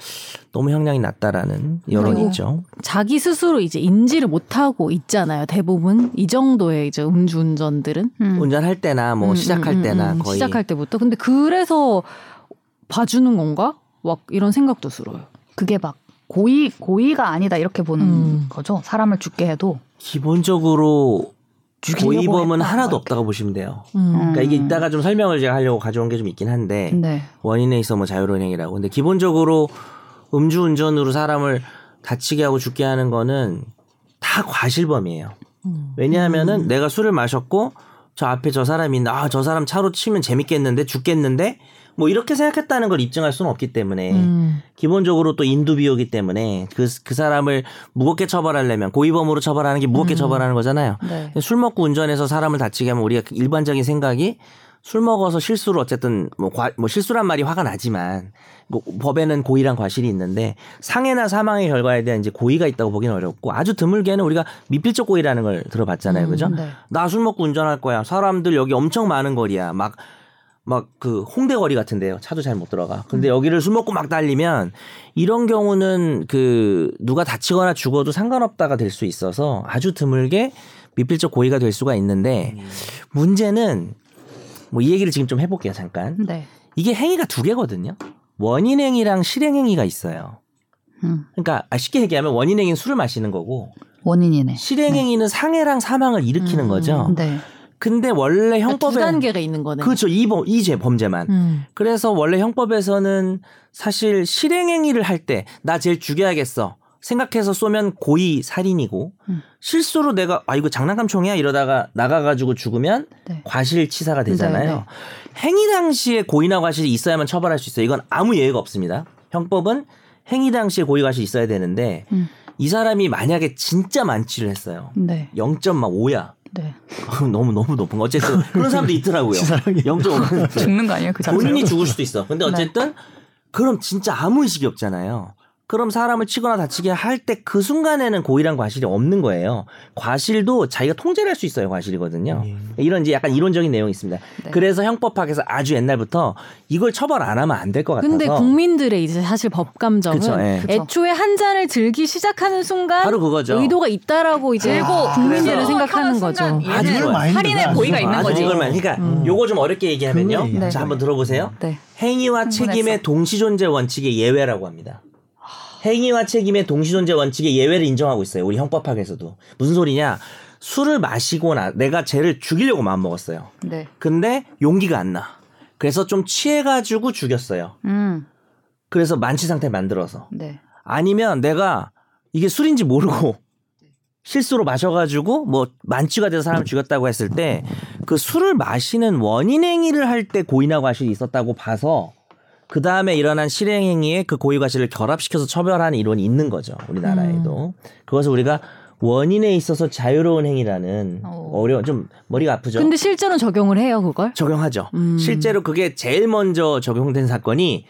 D: 너무 형량이 낮다라는 여론이
C: 그리고
D: 있죠.
C: 자기 스스로 이제 인지를 못하고 있잖아요. 대부분 이 정도의 이제 음주운전들은
A: 음.
D: 운전할 때나 뭐
C: 음,
D: 시작할
C: 음, 음,
D: 때나
C: 음.
D: 거의
C: 시작할 때부터 근데 그래서 봐주는 건가? 막 이런 생각도 들어요.
A: 그게 막 고의 고의가 아니다 이렇게 보는
C: 음.
A: 거죠. 사람을 죽게 해도
D: 기본적으로
A: 죽이려고
D: 고의범은
A: 했다,
D: 하나도
A: 막
D: 없다고 보시면 돼요.
C: 음.
D: 그러니까 이게
A: 음.
D: 이따가 좀 설명을 제가 하려고 가져온 게 좀 있긴 한데
A: 네.
D: 원인에 있어 뭐 자율운행이라고. 근데 기본적으로 음주운전으로 사람을 다치게 하고 죽게 하는 거는 다 과실범이에요.
C: 음.
D: 왜냐하면은 내가 술을 마셨고 저 앞에 저 사람이 있는데 아저 사람 차로 치면 재밌겠는데 죽겠는데 뭐 이렇게 생각했다는 걸 입증할 수는 없기 때문에
C: 음.
D: 기본적으로 또 인두비호기 때문에 그, 그 사람을 무겁게 처벌하려면 고의범으로 처벌하는 게 무겁게 처벌하는 거잖아요.
A: 네.
D: 근데 술 먹고 운전해서 사람을 다치게 하면 우리가 그 일반적인 생각이 술 먹어서 실수로 어쨌든 뭐, 과- 뭐 실수란 말이 화가 나지만 뭐 법에는 고의랑 과실이 있는데 상해나 사망의 결과에 대한 이제 고의가 있다고 보기는 어렵고 아주 드물게는 우리가 미필적 고의라는 걸 들어봤잖아요. 그죠?
A: 네.
D: 나 술 먹고 운전할 거야. 사람들 여기 엄청 많은 거리야. 막 막 그 홍대 거리 같은데요. 차도 잘 못 들어가.
A: 음.
D: 근데 여기를 술 먹고 막 달리면 이런 경우는 그 누가 다치거나 죽어도 상관없다가 될 수 있어서 아주 드물게 미필적 고의가 될 수가 있는데
A: 음.
D: 문제는 뭐 이 얘기를 지금 좀 해볼게요. 잠깐.
A: 네.
D: 이게 행위가 두 개거든요. 원인 행위랑 실행 행위가 있어요.
A: 음.
D: 그러니까 아, 쉽게 얘기하면 원인 행위는 술을 마시는 거고
A: 원인이네.
D: 실행 행위는 상해랑 사망을 일으키는
C: 음,
D: 거죠.
A: 네.
D: 근데 원래
C: 그러니까 두
D: 형법에
C: 단계가 있는 거네.
D: 그렇죠 이범 이죄 범죄만
C: 음.
D: 그래서 원래 형법에서는 사실 실행행위를 할 때 나 제일 죽여야겠어 생각해서 쏘면 고의 살인이고
A: 음.
D: 실수로 내가 아 이거 장난감 총이야 이러다가 나가가지고 죽으면
A: 네.
D: 과실치사가 되잖아요.
A: 네,
D: 행위 당시에 고의나 과실이 있어야만 처벌할 수 있어요. 이건 아무 예외가 없습니다. 형법은 행위 당시에 고의 과실이 있어야 되는데
A: 음.
D: 이 사람이 만약에 진짜 만취를 했어요.
A: 네.
D: 0.5야.
A: 네.
D: 너무 너무 높은 거 어쨌든 그런 사람도 있더라고요. 0.5.
A: 죽는 거 아니에요? 그 자체로?
D: 본인이 죽을 수도 있어.
C: 네.
D: 근데 어쨌든 그럼 진짜 아무 의식이 없잖아요. 그럼 사람을 치거나 다치게 할 때 그 순간에는 고의란 과실이 없는 거예요. 과실도 자기가 통제를 할 수 있어요. 과실이거든요. 이런 이제 약간 이론적인 내용이 있습니다.
A: 네.
D: 그래서 형법학에서 아주 옛날부터 이걸 처벌 안 하면 안 될 것 같아서
C: 근데 국민들의 이제 사실 법 감정은
D: 그쵸, 예.
A: 그쵸.
C: 애초에 한 잔을 들기 시작하는 순간
D: 바로 그거죠.
C: 의도가 있다라고
A: 아,
C: 이제 국민들은
D: 그래서
C: 생각하는 거죠.
A: 순간
D: 아,
A: 얘는
D: 이걸 많이
A: 살인의
F: 들어요.
A: 고의가 있는
D: 아주
A: 거지. 음.
D: 이걸만 그러니까 요거 좀 어렵게 얘기하면요.
F: 그
A: 네.
D: 자 한번 들어보세요.
A: 네.
D: 행위와
A: 흥분했어.
D: 책임의 동시존재 원칙의 예외라고 합니다. 행위와 책임의 동시존재 원칙의 예외를 인정하고 있어요. 우리 형법학에서도 무슨 소리냐? 술을 마시거나 내가 쟤를 죽이려고 마음 먹었어요.
A: 네.
D: 근데 용기가 안 나. 그래서 좀 취해가지고 죽였어요.
A: 음.
D: 그래서 만취 상태 만들어서
A: 네.
D: 아니면 내가 이게 술인지 모르고 실수로 마셔가지고 뭐 만취가 돼서 사람을 죽였다고 했을 때 그 술을 마시는 원인 행위를 할 때 고의나 과실이 있었다고 봐서 그 다음에 일어난 실행 행위에 그 고의 과실을 결합시켜서 처벌하는 이론이 있는 거죠 우리나라에도
C: 음.
D: 그것을 우리가 원인에 있어서 자유로운 행위라는
A: 오.
D: 어려운 좀 머리가 아프죠.
C: 근데 실제로 적용을 해요
A: 아,
C: 그걸.
D: 적용하죠.
C: 음.
D: 실제로 그게 제일 먼저 적용된 사건이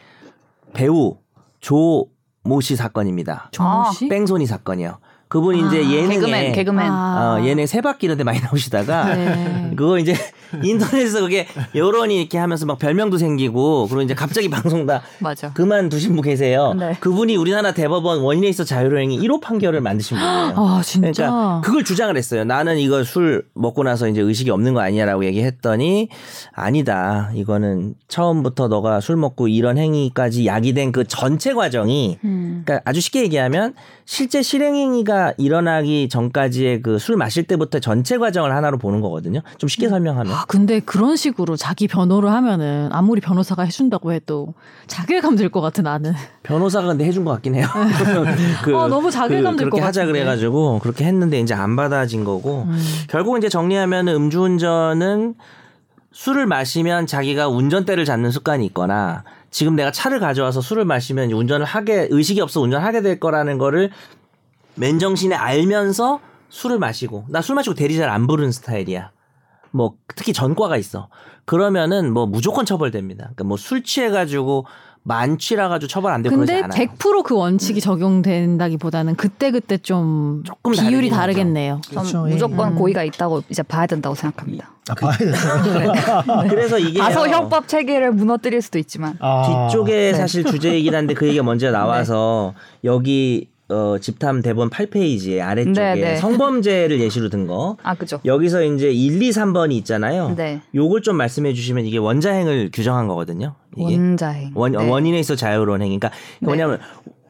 D: 배우 조모 씨 사건입니다.
A: 아,
C: 정시?
D: 뺑소니 사건이요. 그분 이제
A: 개그맨,
D: 예능에
A: 개그맨.
B: 아,
A: 아.
D: 어, 예능 세 바퀴 이런 데 많이 나오시다가
C: 네.
D: 그거 이제 인터넷에서 그게 여론이 이렇게 하면서 막 별명도 생기고 그리고 이제 갑자기 방송 다
A: 맞아.
D: 그만두신 분 계세요.
A: 네.
D: 그분이 우리나라 대법원 원인에 있어 자유로행이 1호 판결을 만드신 분이에요.
C: 아 진짜.
D: 그러니까 그걸 주장을 했어요. 나는 이거 술 먹고 나서 이제 의식이 없는 거 아니야라고 얘기했더니 아니다. 이거는 처음부터 너가 술 먹고 이런 행위까지 야기된 그 전체 과정이
C: 음.
D: 그러니까 아주 쉽게 얘기하면 실제 실행행위가 일어나기 전까지의 그 술 마실 때부터 전체 과정을 하나로 보는 거거든요. 좀 쉽게 설명하면
C: 아 근데 그런 식으로 자기 변호를 하면은 아무리 변호사가 해준다고 해도 자괴감 들 것 같아 나는.
D: 네, 변호사가 근데 해준 것 같긴 해요. 그,
C: 아, 너무 자괴감 들것
D: 그렇게 하자
C: 같은데. 음.
D: 그래가지고 그렇게 했는데 이제 안 받아진 거고 결국 이제 정리하면 음주운전은 술을 마시면 자기가 운전대를 잡는 습관이 있거나 지금 내가 차를 가져와서 술을 마시면 이제 운전을 하게 의식이 없어 운전하게 될 거라는 거를 맨정신에 알면서 술을 마시고 나 술 마시고 대리 잘 안 부르는 스타일이야. 뭐 특히 전과가 있어. 그러면은 뭐 무조건 처벌됩니다. 그러니까 뭐 술 취해가지고 만취라 가지고 처벌 안 되고 그러지
C: 근데
D: 않아요. 네.
C: 100%그 원칙이 적용된다기보다는 그때 그때 좀
D: 조금
C: 비율이
D: 다르긴 하죠.
C: 다르겠네요.
A: 전
B: 그렇죠. 예.
A: 무조건 고의가 있다고 이제 봐야 된다고 생각합니다.
B: 아, 봐야 돼.
D: 그래서 이게
A: 아서 형법 체계를 무너뜨릴 수도 있지만
B: 아.
D: 뒤쪽에
A: 네.
D: 사실 주제이긴 한데 그 얘기가 먼저 나와서 여기 어, 집탐 대본 8페이지 아래쪽에
A: 네, 네.
D: 성범죄를 예시로 든 거.
A: 아 그죠.
D: 여기서 이제 1, 2, 3번이 있잖아요.
A: 네.
D: 요걸 좀 말씀해 주시면 이게 원자행을 규정한 거거든요. 이게
A: 원자행.
D: 원,
A: 네.
D: 원인에 있어 자유로운 행위. 그러니까 뭐냐면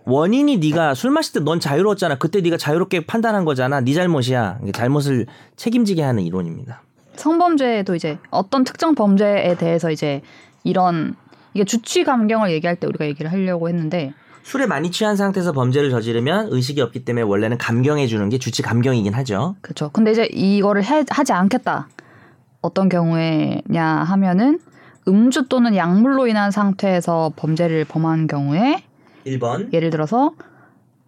D: 원인이 네가 술 마실 때 넌 자유로웠잖아. 그때 네가 자유롭게 판단한 거잖아. 네 잘못이야. 이게 잘못을 책임지게 하는 이론입니다.
A: 성범죄도 이제 어떤 특정 범죄에 대해서 이제 이런 이게 주취 감경을 얘기할 때 우리가 얘기를 하려고 했는데
D: 술에 많이 취한 상태에서 범죄를 저지르면 의식이 없기 때문에 원래는 감경해 주는 게 주치 감경이긴 하죠.
A: 그렇죠. 근데 이제 이거를 해- 하지 않겠다. 어떤 경우에냐 하면은 음주 또는 약물로 인한 상태에서 범죄를 범한 경우에
D: 1번
A: 예를 들어서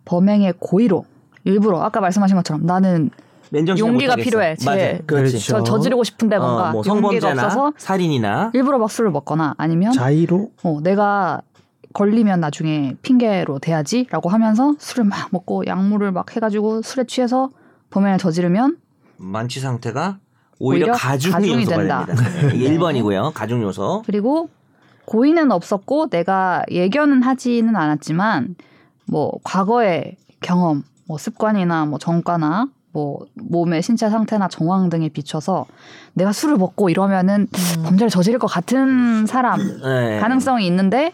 A: 범행의 고의로 일부러 아까 말씀하신 것처럼 나는
D: 맨정신
A: 용기가 필요해. 제-
D: 맞아. 그렇지.
B: 그렇죠.
A: 저 저지르고 싶은데 뭔가
D: 어, 뭐
A: 용기가
D: 성범죄나
A: 없어서
D: 살인이나
A: 일부러 막 술을 먹거나 아니면
B: 자의로
A: 어, 내가 걸리면 나중에 핑계로 대야지라고 하면서 술을 막 먹고 약물을 막 해가지고 술에 취해서 범행을 저지르면
D: 만취 상태가 오히려,
A: 오히려
D: 가중
A: 가중이
D: 요소가
A: 된다.
D: 됩니다. 이게 1번이고요. 가중 요소.
A: 그리고 고의는 없었고 내가 예견은 하지는 않았지만 뭐 과거의 경험, 뭐 습관이나 뭐 정과나 뭐 몸의 신체 상태나 정황 등에 비춰서 내가 술을 먹고 이러면은 범죄를 저지를 것 같은 사람
D: 음. 네.
A: 가능성이 있는데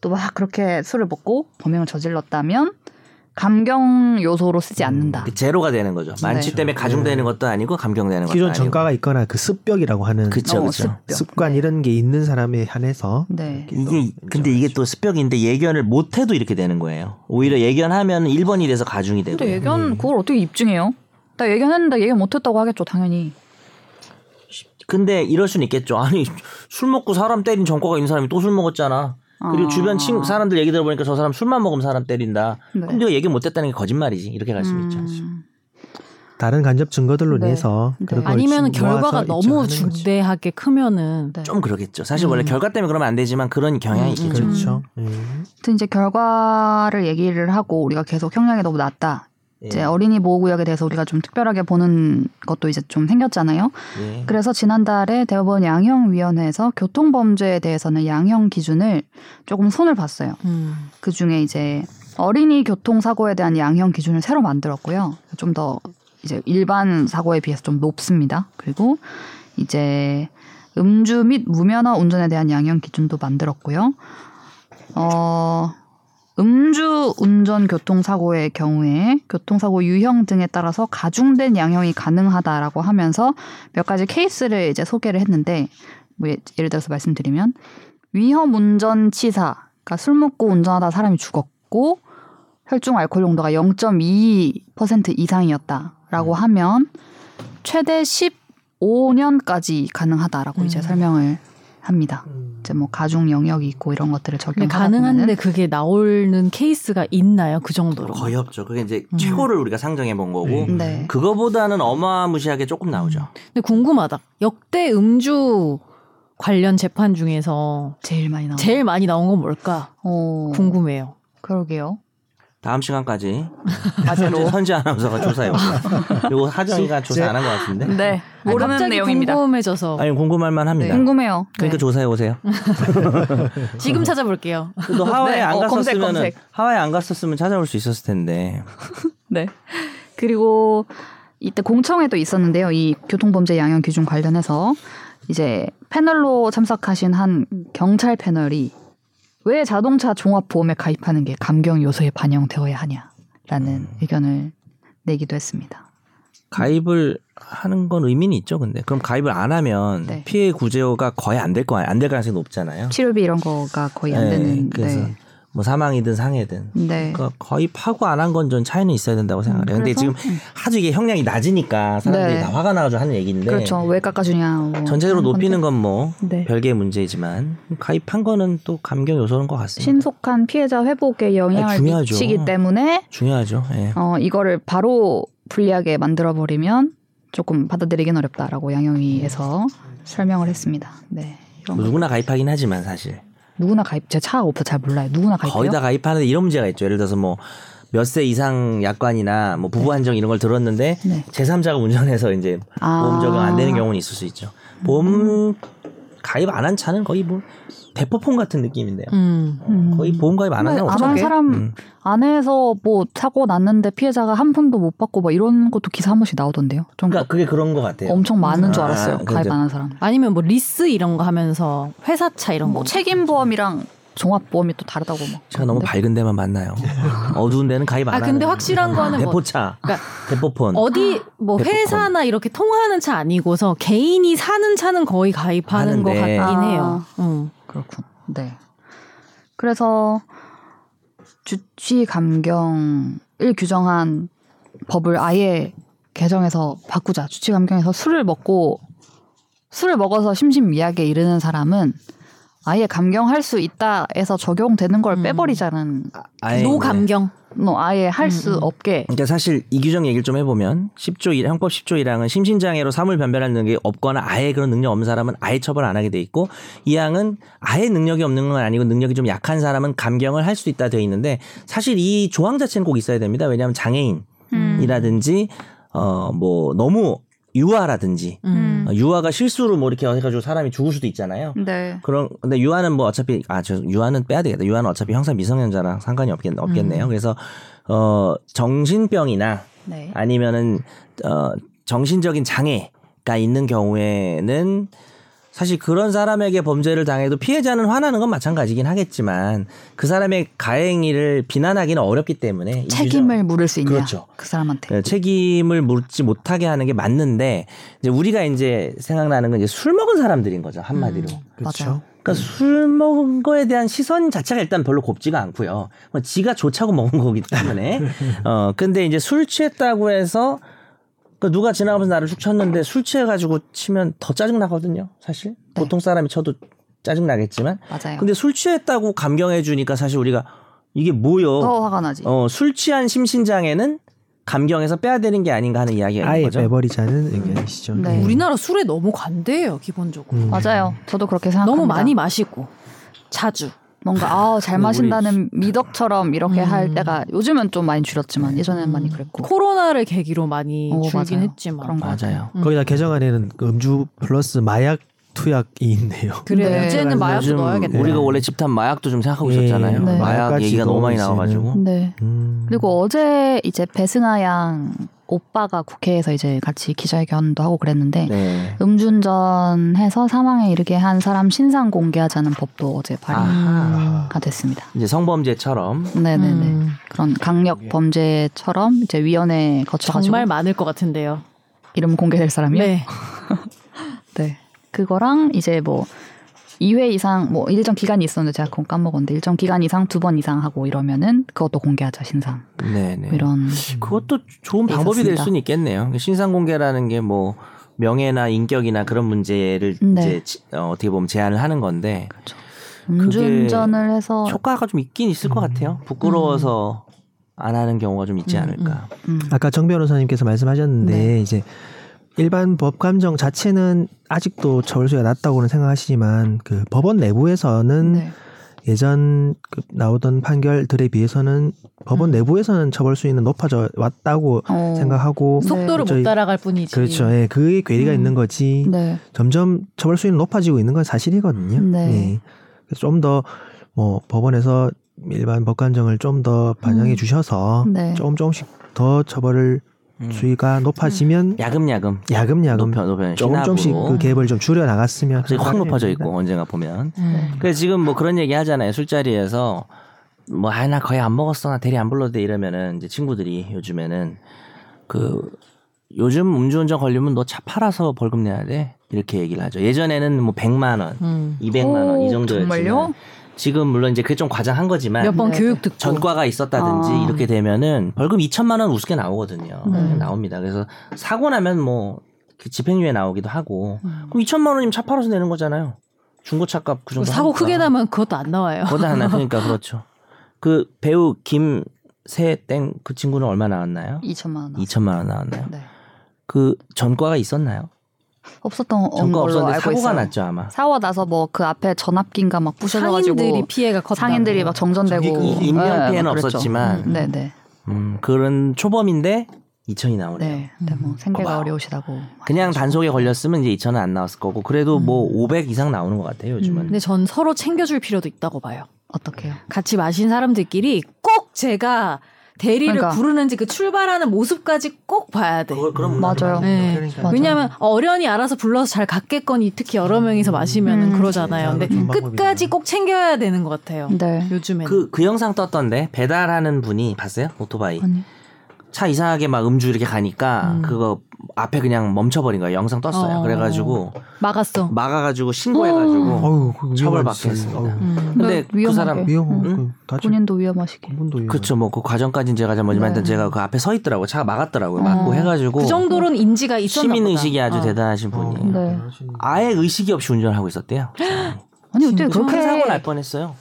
A: 또 막 그렇게 술을 먹고 범행을 저질렀다면 감경 요소로 쓰지 않는다.
D: 그 제로가 되는 거죠. 만취
A: 아. 네.
D: 때문에 가중되는 것도 아니고 감경되는 것도
B: 그렇죠. 기존
D: 아니고.
B: 전과가 있거나 그 습벽이라고 하는
D: 네, 그쵸,
A: 어,
D: 그쵸.
A: 습벽.
B: 습관 이런 게 있는 사람에 한해서
A: 네.
D: 이게 근데 이게 또 습벽인데 예견을 못 해도 이렇게 되는 거예요. 오히려 예견하면 1번이 돼서 가중이 되고.
A: 네. 근데
D: 음.
A: 예견 그걸 어떻게 입증해요? 나 예견했는데 예견 못했다고 하겠죠 당연히.
D: 근데 이럴 수는 있겠죠. 아니 술 먹고 사람 때린 전과가 있는 사람이 또 술 먹었잖아. 그리고
A: 아.
D: 주변 친 사람들 얘기 들어보니까 저 사람 술만 먹으면 사람 때린다.
A: 네.
D: 그럼 내가 얘기 못했다는 게 거짓말이지. 이렇게 갈 수 있죠.
A: 음.
B: 다른 간접 증거들로
A: 네.
B: 인해서
A: 네.
B: 그런 걸
C: 아니면
B: 지금 모아서
C: 결과가 너무
B: 입증하는 거지.
C: 중대하게 크면은
A: 네.
D: 좀 그러겠죠. 사실 원래 결과 때문에 그러면 안 되지만 그런 경향이
A: 음.
D: 있겠죠.
B: 그렇죠. 음.
A: 아무튼 이제 결과를 얘기를 하고 우리가 계속 형량이 너무 낮다.
D: 예.
A: 이제 어린이 보호구역에 대해서 우리가 좀 특별하게 보는 것도 이제 좀 생겼잖아요.
D: 예.
A: 그래서 지난달에 대법원 양형위원회에서 교통범죄에 대해서는 양형 기준을 조금 손을 봤어요.
C: 음.
A: 그 중에 이제 어린이 교통사고에 대한 양형 기준을 새로 만들었고요. 좀 더 이제 일반 사고에 비해서 좀 높습니다. 그리고 이제 음주 및 무면허 운전에 대한 양형 기준도 만들었고요. 어, 음주 운전 교통사고의 경우에 교통사고 유형 등에 따라서 가중된 양형이 가능하다라고 하면서 몇 가지 케이스를 이제 소개를 했는데 뭐 예- 예를 들어서 말씀드리면 위험 운전 치사 그러니까 술 먹고 운전하다 사람이 죽었고 혈중 알코올 농도가 0.22% 이상이었다라고 하면 최대 15년까지 가능하다라고
C: 음.
A: 이제 설명을 합니다. 이제 뭐 가중 영역이 있고 이런 것들을
C: 근데
A: 적용하다
C: 가능한데
A: 보면은
C: 그게 나오는 케이스가 있나요? 그 정도로.
D: 거의 없죠. 그게 이제
C: 음.
D: 최고를 우리가 상정해 본 거고
B: 음.
A: 네.
D: 그거보다는 어마무시하게 조금 나오죠.
C: 근데 궁금하다. 역대 음주 관련 재판 중에서
A: 제일 많이 나오.
C: 제일 많이 나온 건 뭘까?
A: 어,
C: 궁금해요.
A: 그러게요.
D: 다음 시간까지
A: 과제로.
D: 선지 아나운서가 조사해 볼게요. 그리고 하정이가 조사 안 한 것 같은데.
A: 네.
C: 아니,
A: 모르는
C: 갑자기
A: 내용입니다.
C: 궁금해져서
D: 아니 궁금할
C: 네.
D: 만합니다.
A: 네. 궁금해요.
D: 그러니까 조사해 오세요.
C: 지금 찾아볼게요.
D: 너 하와이
A: 네,
D: 안
A: 어, 검색,
D: 갔었으면
A: 검색.
D: 하와이 안 갔었으면 찾아올 수 있었을 텐데.
A: 네. 그리고 이때 공청회도 있었는데요. 이 교통범죄 양형 기준 관련해서 이제 패널로 참석하신 한 경찰 패널이 왜 자동차 종합 보험에 가입하는 게 감경 요소에 반영되어야 하냐라는
D: 음.
A: 의견을 내기도 했습니다.
D: 가입을 하는 건 의미는 있죠, 근데 그럼 가입을 안 하면
A: 네.
D: 피해 구제가 거의 안 될 거 안 될 가능성이 높잖아요.
A: 치료비 이런 거가 거의 안
D: 네,
A: 되는.
D: 그래서
A: 네.
D: 뭐 사망이든 상해든.
A: 네.
D: 그러니까 가입하고 안 한 건 전 차이는 있어야 된다고 생각해요. 근데
A: 그래서- 음,
D: 지금 하도 이게 형량이 낮으니까 사람들이
A: 네.
D: 다 화가 나가지고 하는 얘기인데
A: 그렇죠. 왜 깎아주냐. 뭐
D: 네. 전체적으로
A: 하는 건데.
D: 높이는 건 뭐
A: 네.
D: 별개의 문제이지만 가입한 거는 또 감경 요소인 것 같습니다.
A: 네. 신속한 피해자 회복에 영향을
D: 아, 중요하죠.
A: 미치기 때문에
D: 중요하죠. 예.
A: 어, 이거를 바로 불리하게 만들어 버리면 조금 받아들이긴 어렵다라고 양형위에서 설명을 했습니다. 네. 이런
D: 뭐
A: 거.
D: 누구나 가입하긴 하지만 사실
A: 누구나 가입 제 차가 없어 잘 몰라요. 누구나 가입해요.
D: 거의 다 가입하는데 이런 문제가 있죠. 예를 들어서 뭐 몇 세 이상 약관이나 뭐 부부 한정 이런 걸 들었는데
A: 네.
D: 제3자가 운전해서 이제
A: 아. 음.
D: 보험 적용 안 되는 경우는 있을 수 있죠. 보험 가입 안 한 차는 거의 뭐 대포폰 같은 느낌인데요.
C: 음.
A: 음.
D: 거의 보험 가입 안
A: 정말
D: 하는
A: 아마 사람
D: 음.
A: 안에서 뭐 사고 났는데 피해자가 한 푼도 못 받고 막 이런 것도 기사 한 번씩 나오던데요. 좀
D: 그러니까 그게 그런 것 같아요.
A: 엄청 많은 줄
D: 아,
A: 알았어요.
D: 근데
A: 가입 안 한 사람.
C: 아니면 뭐 리스 이런 거 하면서 회사차 이런 거.
A: 뭐 책임 보험이랑 종합 보험이 또 다르다고 막.
D: 제가 너무 밝은 데만 만나요. 어두운 데는 가입 안
C: 아
D: 하는.
C: 근데 확실한 거는 뭐
D: 대포차,
C: 그러니까
D: 대포폰.
C: 어디 뭐
D: 대포폰.
C: 회사나 이렇게 통화하는 차 아니고서 개인이 사는 차는 거의 가입하는 것
D: 하는데.
C: 같긴
A: 아.
C: 해요. 음.
A: 그렇군. 네. 그래서 주취 감경을 규정한 법을 아예 개정해서 바꾸자. 주취 감경에서 술을 먹고 술을 먹어서 심심미약에 이르는 사람은 아예 감경할 수 있다에서 적용되는 걸
C: 음.
A: 빼버리자는
D: 아예
C: 노
D: 네.
C: 감경.
A: 뭐 아예 할 수
C: 음, 음.
A: 없게
D: 그러니까 사실 이 규정 얘기를 좀 해보면 10조 1, 형법 10조 1항은 심신장애로 사물 변별하는 능력이 없거나 아예 그런 능력 없는 사람은 아예 처벌 안 하게 돼 있고 이 항은 아예 능력이 없는 건 아니고 능력이 좀 약한 사람은 감경을 할 수 있다 돼 있는데 사실 이 조항 자체는 꼭 있어야 됩니다. 왜냐하면
C: 음.
D: 장애인이라든지 어 뭐 너무 유아라든지
C: 음.
D: 어, 유아가 실수로 뭐 이렇게 해가지고 사람이 죽을 수도 있잖아요.
A: 네.
D: 그런 근데 유아는 뭐 어차피 아 저 유아는 빼야 되겠다. 유아는 어차피 형사 미성년자랑 상관이 없겠, 없겠네요. 그래서 어 정신병이나
A: 음. 네.
D: 아니면은 어 정신적인 장애가 있는 경우에는 사실 그런 사람에게 범죄를 당해도 피해자는 화나는 건 마찬가지긴 하겠지만 그 사람의 가행위를 비난하기는 어렵기 때문에 이
A: 책임을 물을 수 있냐
D: 그렇죠.
A: 그 사람한테.
D: 예, 책임을 묻지 못하게 하는 게 맞는데 이제 우리가 이제 생각나는 건 이제 술 먹은 사람들인 거죠 한마디로.
A: 음. 맞아요.
B: 그렇죠.
D: 그러니까 술 먹은 거에 대한 시선 자체가 일단 별로 곱지가 않고요. 뭐 지가 좋다고 먹은 거기 때문에. 어 근데 이제 술 취했다고 해서 그 누가 지나가면서 나를 툭 쳤는데 술 취해가지고 치면 더 짜증 나거든요. 사실
A: 네.
D: 보통 사람이 쳐도 짜증 나겠지만.
A: 맞아요.
D: 근데 술 취했다고 감경해 주니까 사실 우리가 이게 뭐요?
A: 더 화가 나지.
D: 어, 술 취한 심신장애는 감경에서 빼야 되는 게 아닌가 하는 이야기가
B: 아예
D: 있는 거죠.
B: 빼버리자는 의견이시죠.
A: 네.
B: 음.
C: 우리나라 술에 너무 관대해요 기본적으로.
B: 음.
A: 맞아요. 저도 그렇게 생각합니다.
C: 너무 많이 마시고 자주.
A: 뭔가 아잘
D: 우리-
A: 마신다는 미덕처럼 이렇게
C: 음.
A: 할 때가 요즘은 좀 많이 줄었지만 예전에는 많이 그랬고
C: 코로나를 계기로 많이
A: 어,
C: 줄긴
A: 맞아요.
C: 했지만.
A: 그런 거
D: 맞아요.
C: 음.
B: 거기다 개정안에는 그 음주 플러스 마약 투약이 있네요.
C: 그래요.
A: 네.
C: 이제는 마약도
D: 요즘
C: 넣어야겠다.
D: 우리가 원래 집단 마약도 좀 생각하고
B: 예,
D: 있었잖아요.
A: 네.
D: 마약
B: 마약까지
D: 얘기가 너무 많이
B: 넣을 수
D: 나와가지고.
A: 네.
B: 음.
A: 그리고 어제 이제 배승아 양 오빠가 국회에서 이제 같이 기자회견도 하고 그랬는데
D: 네.
A: 음주운전해서 사망에 이르게 한 사람 신상 공개하자는 법도
D: 아.
A: 어제 발의가
D: 아하.
A: 됐습니다.
D: 이제 성범죄처럼
A: 네네네.
C: 음.
A: 그런 강력 범죄처럼 이제 위원회 거쳐가지고
C: 정말 많을 것 같은데요.
A: 이름 공개될 사람이요.
C: 네.
A: 네. 그거랑 이제 뭐 2회 이상 뭐 일정 기간이 있었는데 제가 그건 까먹었는데 일정 기간 이상 두 번 이상 하고 이러면은 그것도 공개하자 신상
D: 네네.
A: 이런
D: 그것도 좋은 방법이 될
A: 있었습니다.
D: 수는 있겠네요. 신상 공개라는 게 뭐 명예나 인격이나 그런 문제를
A: 네.
D: 이제 지- 어, 어떻게 보면 제한을 하는 건데
A: 음주운전을 해서
D: 효과가 좀 있긴 있을 것 같아요. 부끄러워서 안 하는 경우가 좀 있지 않을까.
A: 음,
B: 아까 정 변호사님께서 말씀하셨는데
A: 네.
B: 이제 일반 법 감정 자체는 아직도 처벌수가 낮다고는 생각하시지만 그 법원 내부에서는
A: 네.
B: 예전 그 나오던 판결들에 비해서는 법원 내부에서는 처벌 수위는 높아져 왔다고
A: 음. 어,
B: 생각하고
C: 속도를
B: 저희-
C: 못 따라갈 뿐이지.
B: 그렇죠. 예, 그게 괴리가
A: 음.
B: 있는 거지.
A: 네.
B: 점점 처벌 수위는 높아지고 있는 건 사실이거든요. 예.
A: 네.
B: 좀더 뭐 법원에서 일반 법관정을 좀 더 반영해
A: 음.
B: 주셔서
A: 네.
B: 조금 조금씩 더 처벌을 수위가
A: 음.
B: 높아지면
D: 야금야금
B: 야금야금
D: 음. 높여 높여
B: 조금 조금씩
D: 신압으로.
B: 그 갭을 좀 줄여 나갔으면
D: 갑자기 확 높아져 있고 언젠가 보면.
A: 네.
C: 음.
D: 그래서 지금 뭐 그런 얘기 하잖아요. 술자리에서 뭐 아 나 거의 안 먹었어. 나 대리 안 불러도 돼 이러면은 이제 친구들이 요즘에는 그 요즘 음주운전 걸리면 너 차 팔아서 벌금 내야 돼. 이렇게 얘기를 하죠. 예전에는 뭐 100만 원,
C: 음.
D: 200만 원 이
A: 오,
D: 정도였지만
A: 정말요?
D: 지금 물론 이제 그게 좀 과장한 거지만
C: 몇 번
A: 네.
C: 교육 듣고.
D: 전과가 있었다든지
A: 아.
D: 이렇게 되면은 벌금 2천만 원 우습게 나오거든요.
A: 네.
D: 나옵니다. 그래서 사고 나면 뭐 그 집행유예 나오기도 하고
C: 음.
D: 그럼 2천만 원이면 차 팔아서 내는 거잖아요. 중고차값 그
A: 뭐
C: 뭐
D: 정도
C: 사고
D: 하니까.
C: 크게 나면 그것도 안 나와요.
D: 거다 하나 그러니까 그렇죠. 그 배우 김세땡 그
A: 음.
D: 친구는 얼마 나왔나요?
A: 2천만 원.
D: 2천만 원 나왔나요?
A: 네.
D: 그 전과가 있었나요?
A: 없었던
D: 전과
A: 걸로
D: 없었는데
A: 알고
D: 사고가
A: 있어요.
D: 났죠 아마.
A: 사고 나서 뭐 그 앞에 전압기인가 막 부셔져가지고
C: 상인들이 피해가 컸다.
A: 상인들이 막 정전되고
B: 저기 그
A: 네,
D: 인명 피해는
A: 막 그랬죠.
D: 없었지만.
A: 음, 네네
D: 음, 그런 초범인데 2천이 나오네요.
A: 네, 근데 뭐 생계가
D: 고마워.
A: 어려우시다고
D: 그냥 단속에 걸렸으면 이제 2천은 안 나왔을 거고 그래도 뭐 500 이상 나오는 것 같아요 요즘은.
C: 근데 전 서로 챙겨줄 필요도 있다고 봐요.
A: 어떻게요?
C: 같이 마신 사람들끼리 꼭 제가 대리를
A: 그러니까.
C: 부르는지 그 출발하는 모습까지 꼭 봐야 돼.
B: 그런
A: 음, 맞아요.
C: 네.
B: 그러니까.
A: 맞아요.
C: 왜냐하면 어련히 알아서 불러서 잘 갔겠거니 특히 여러 명이서 마시면
A: 음.
C: 그러잖아요. 근데
B: 좋은
C: 끝까지
B: 방법이다.
C: 꼭 챙겨야 되는 것 같아요.
A: 네
C: 요즘에는
D: 그, 그 영상 떴던데 배달하는 분이 봤어요 오토바이
A: 아니
D: 차 이상하게 막 음주 이렇게 가니까
C: 음.
D: 그거 앞에 그냥 멈춰버린 거예요 영상 떴어요
C: 어.
D: 그래가지고
C: 막았어.
D: 음. 처벌해가지고 신고해가지고
B: 어우, 그거 위험한
D: 처벌받게
B: 짓을.
D: 했습니다.
B: 어우,
C: 음.
D: 근데 그
A: 위험하게.
D: 사람
B: 위험하고
D: 응?
B: 그 다치
A: 음. 본인도 위험하시게
B: 분도 위험.
D: 그쵸 뭐 그 과정까지는 제가 잘 모르지만
A: 네.
D: 일단 제가 그 앞에 서 있더라고요 차가 막았더라고요 막고
A: 어.
D: 해가지고
C: 그 정도로는 인지가 있었나
D: 뭐 시민
C: 보다.
D: 의식이 아주
C: 어.
D: 대단하신 분이에요
A: 네.
D: 아예 의식이 없이 운전을 하고 있었대요
A: 아니 근데
C: 진짜?
A: 그렇게
D: 큰 사고 날 뻔했어요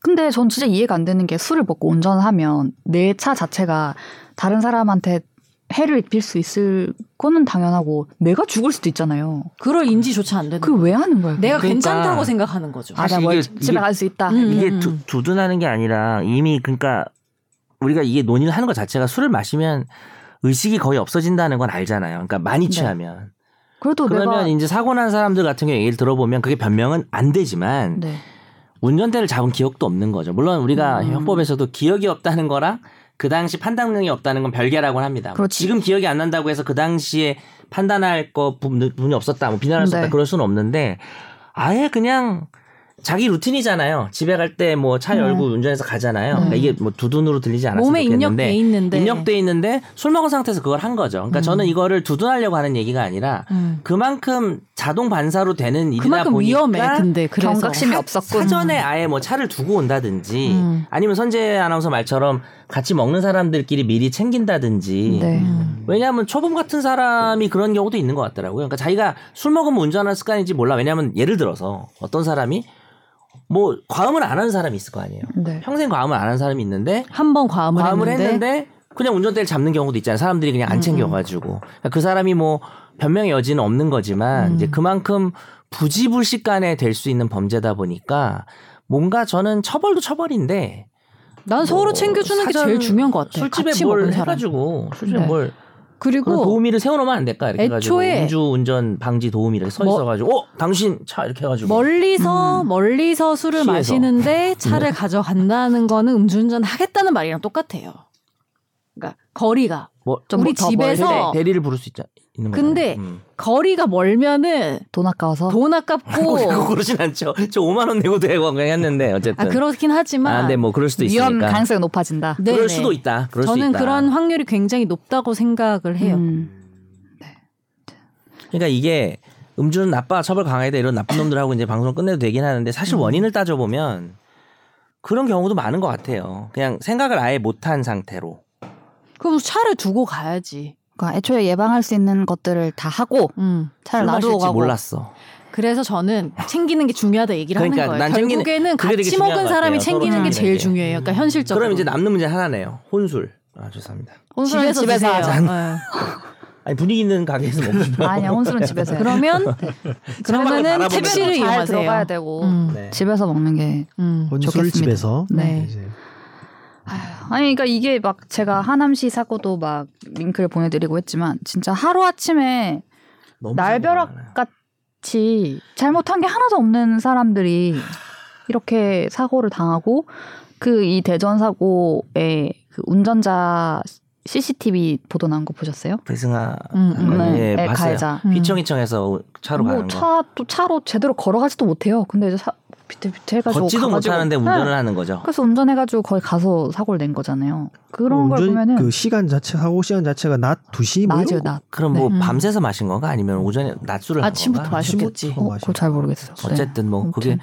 A: 근데 전 진짜 이해가 안 되는 게 술을 먹고 운전을 하면 내 차 자체가 다른 사람한테 해를 입힐 수 있을 거는 당연하고 내가 죽을 수도 있잖아요.
C: 그럴 인지조차 안 되는.
A: 그걸 왜 하는 거예요?
C: 내가
D: 그러니까.
C: 괜찮다고 생각하는 거죠.
A: 아, 나
D: 사실
A: 뭘
D: 이게-
A: 집에
D: 이게-
A: 갈 수 있다.
C: 음.
D: 이게 두, 두둔하는 게 아니라 이미 그러니까 우리가 이게 논의를 하는 것 자체가 술을 마시면 의식이 거의 없어진다는 건 알잖아요. 그러니까 많이 취하면
A: 그래도
D: 그러면
A: 내가
D: 이제 사고 난 사람들 같은 경우 얘기를 들어보면 그게 변명은 안 되지만
A: 네.
D: 운전대를 잡은 기억도 없는 거죠. 물론 우리가
A: 음.
D: 형법에서도 기억이 없다는 거랑 그 당시 판단 능력이 없다는 건 별개라고 합니다. 뭐
A: 그렇지.
D: 지금 기억이 안 난다고 해서 그 당시에 판단할 거 부- 부분이 없었다, 뭐 비난할 수
A: 네.
D: 없다 그럴 수는 없는데 아예 그냥 자기 루틴이잖아요. 집에 갈 때 뭐 차 열고 운전해서 가잖아요. 그러니까 이게 뭐 두둔으로 들리지 않았으면
C: 네. 몸에
D: 좋겠는데
C: 입력돼 있는데.
D: 입력돼 있는데 술 먹은 상태에서 그걸 한 거죠. 그러니까 저는 이거를 두둔하려고 하는 얘기가 아니라
C: 음.
D: 그만큼 자동 반사로 되는 일이다
C: 그만큼
D: 보니까
C: 위험해. 근데 그래서
A: 경각심이
C: 하-
A: 음, 없었고
D: 사전에 아예 뭐 차를 두고 온다든지
C: 음.
D: 아니면 선재 아나운서 말처럼 같이 먹는 사람들끼리 미리 챙긴다든지
A: 네.
D: 왜냐하면 초범 같은 사람이 그런 경우도 있는 것 같더라고요. 그러니까 자기가 술 먹으면 운전하는 습관인지 몰라. 왜냐하면 예를 들어서 어떤 사람이 뭐 과음을 안 하는 사람이 있을 거 아니에요.
A: 네.
D: 평생 과음을 안 하는 사람이 있는데
C: 한 번 과음을,
D: 과음을
C: 했는데, 음,
D: 했는데, 그냥 운전대를 잡는 경우도 있잖아요. 사람들이 그냥 안 챙겨가지고 그러니까 그 사람이 뭐 변명의 여지는 없는 거지만
C: 음.
D: 이제 그만큼 부지불식간에 될 수 있는 범죄다 보니까 뭔가 저는 처벌도 처벌인데
C: 난 서로 챙겨주는 게
D: 뭐 사전
C: 제일 중요한 것 같아.
D: 술집에
C: 네, 같이
D: 뭘
C: 먹은 사람.
D: 해가지고 술집에
A: 네.
D: 뭘 그런
C: 그리고
D: 도우미를 세워놓으면 안 될까 이렇게 해가지고
C: 애초에
D: 음주 운전 방지 도우미 이렇게 서
C: 뭐-
D: 있어가지고 어 당신 차 이렇게 해가지고
C: 멀리서 멀리서 술을
D: 음. 취해서. 음.
C: 마시는데 차를 가져간다는 거는 음주운전 하겠다는 말이랑 똑같아요. 그러니까 거리가
D: 뭐
A: 좀
C: 우리
A: 더
C: 집에서
D: 대리, 를 부를 수 있자 있는 거잖아요.
C: 어. 근데
D: 음.
C: 거리가 멀면은
A: 돈 아까워서
C: 돈
D: 그거
C: 아깝고
D: 그러진 않죠. 저 5만 원 내고 대고 그냥 했는데 어쨌든
C: 아 그렇긴 하지만
D: 아, 근데 뭐 그럴 수도 있으니까.
A: 위험 가능성이 높아진다.
C: 네네.
D: 그럴 수도 있다. 그럴
C: 저는
D: 수 있다.
C: 그런 확률이 굉장히 높다고 생각을 해요.
A: 음.
D: 그러니까 이게 음주는 나빠 처벌 강화해다 이런 나쁜 놈들하고 이제 방송 끝내도 되긴 하는데 사실
C: 음.
D: 원인을 따져 보면 그런 경우도 많은 것 같아요. 그냥 생각을 아예 못한 상태로.
C: 그럼 차를 두고 가야지.
A: 그러니까 애초에 예방할 수 있는 것들을 다 하고
C: 음.
A: 차를
D: 술
A: 놔두고
D: 마실지
A: 가고
D: 몰랐어.
C: 그래서 저는 챙기는 게 중요하다 얘기를
D: 그러니까
C: 하는
D: 난
C: 거예요.
D: 챙기는-
C: 결국에는
D: 그게 되게
C: 같이
D: 중요한
C: 먹은
D: 것
C: 사람이
D: 같아요. 서로
C: 챙기는 게
D: 챙기는
C: 제일
D: 게.
C: 중요해요. 그러니까 현실적으로.
D: 그럼 이제 남는 문제 하나네요. 혼술. 아 죄송합니다.
A: 혼술은
C: 집에서
A: 집에서
C: 드세요.
A: 하자.
C: 예.
D: 아니 분위기 있는 가게에서
C: 음.
D: 먹으면
A: 아니야 혼술은 집에서 해요.
C: 그러면 그러면은
D: 바라보는
C: 택시를
A: 잘
C: 이용하세요.
A: 들어가야 되고
C: 음.
D: 네.
A: 집에서 먹는 게
C: 음.
B: 혼술
A: 좋겠습니다.
B: 집에서
A: 네.
B: 이제
A: 아니 그러니까 이게 막 제가 하남시 사고도 막 링크를 보내드리고 했지만 진짜 하루 아침에
D: 너무 생각이
A: 날벼락 같이 잘못한 게 하나도 없는 사람들이 이렇게 사고를 당하고 그 이 대전 사고의 그 운전자 CCTV 보도 난 거 보셨어요?
D: 배승아
C: 음,
D: 한
C: 음.
D: 거. 예,
A: 네,
D: 봤어요.
A: 가해자.
C: 음.
D: 휘청휘청해서 차로 가는 거.
A: 뭐차또 차로 제대로 걸어가지도 못해요. 근데 이제 사, 비트 비트 해가지고
D: 걷지도
A: 가가지고- 네.
D: 못하는데 운전을 하는 거죠.
A: 그래서 운전해가지고 거기 가서 사고를 낸 거잖아요. 그런 걸
B: 운전
A: 보면은
B: 그 시간 자체 사고 시간 자체가 낮 2시 뭐
A: 낮이요
B: 이런 거
A: 낮.
D: 그럼 뭐
C: 네. 음.
D: 밤새서 마신 건가 아니면 오전에 낮술을 한
C: 아침부터
D: 건가?
C: 마셨겠지.
B: 아침부터
A: 어, 그거 잘 모르겠어요. 네.
D: 어쨌든 뭐 그게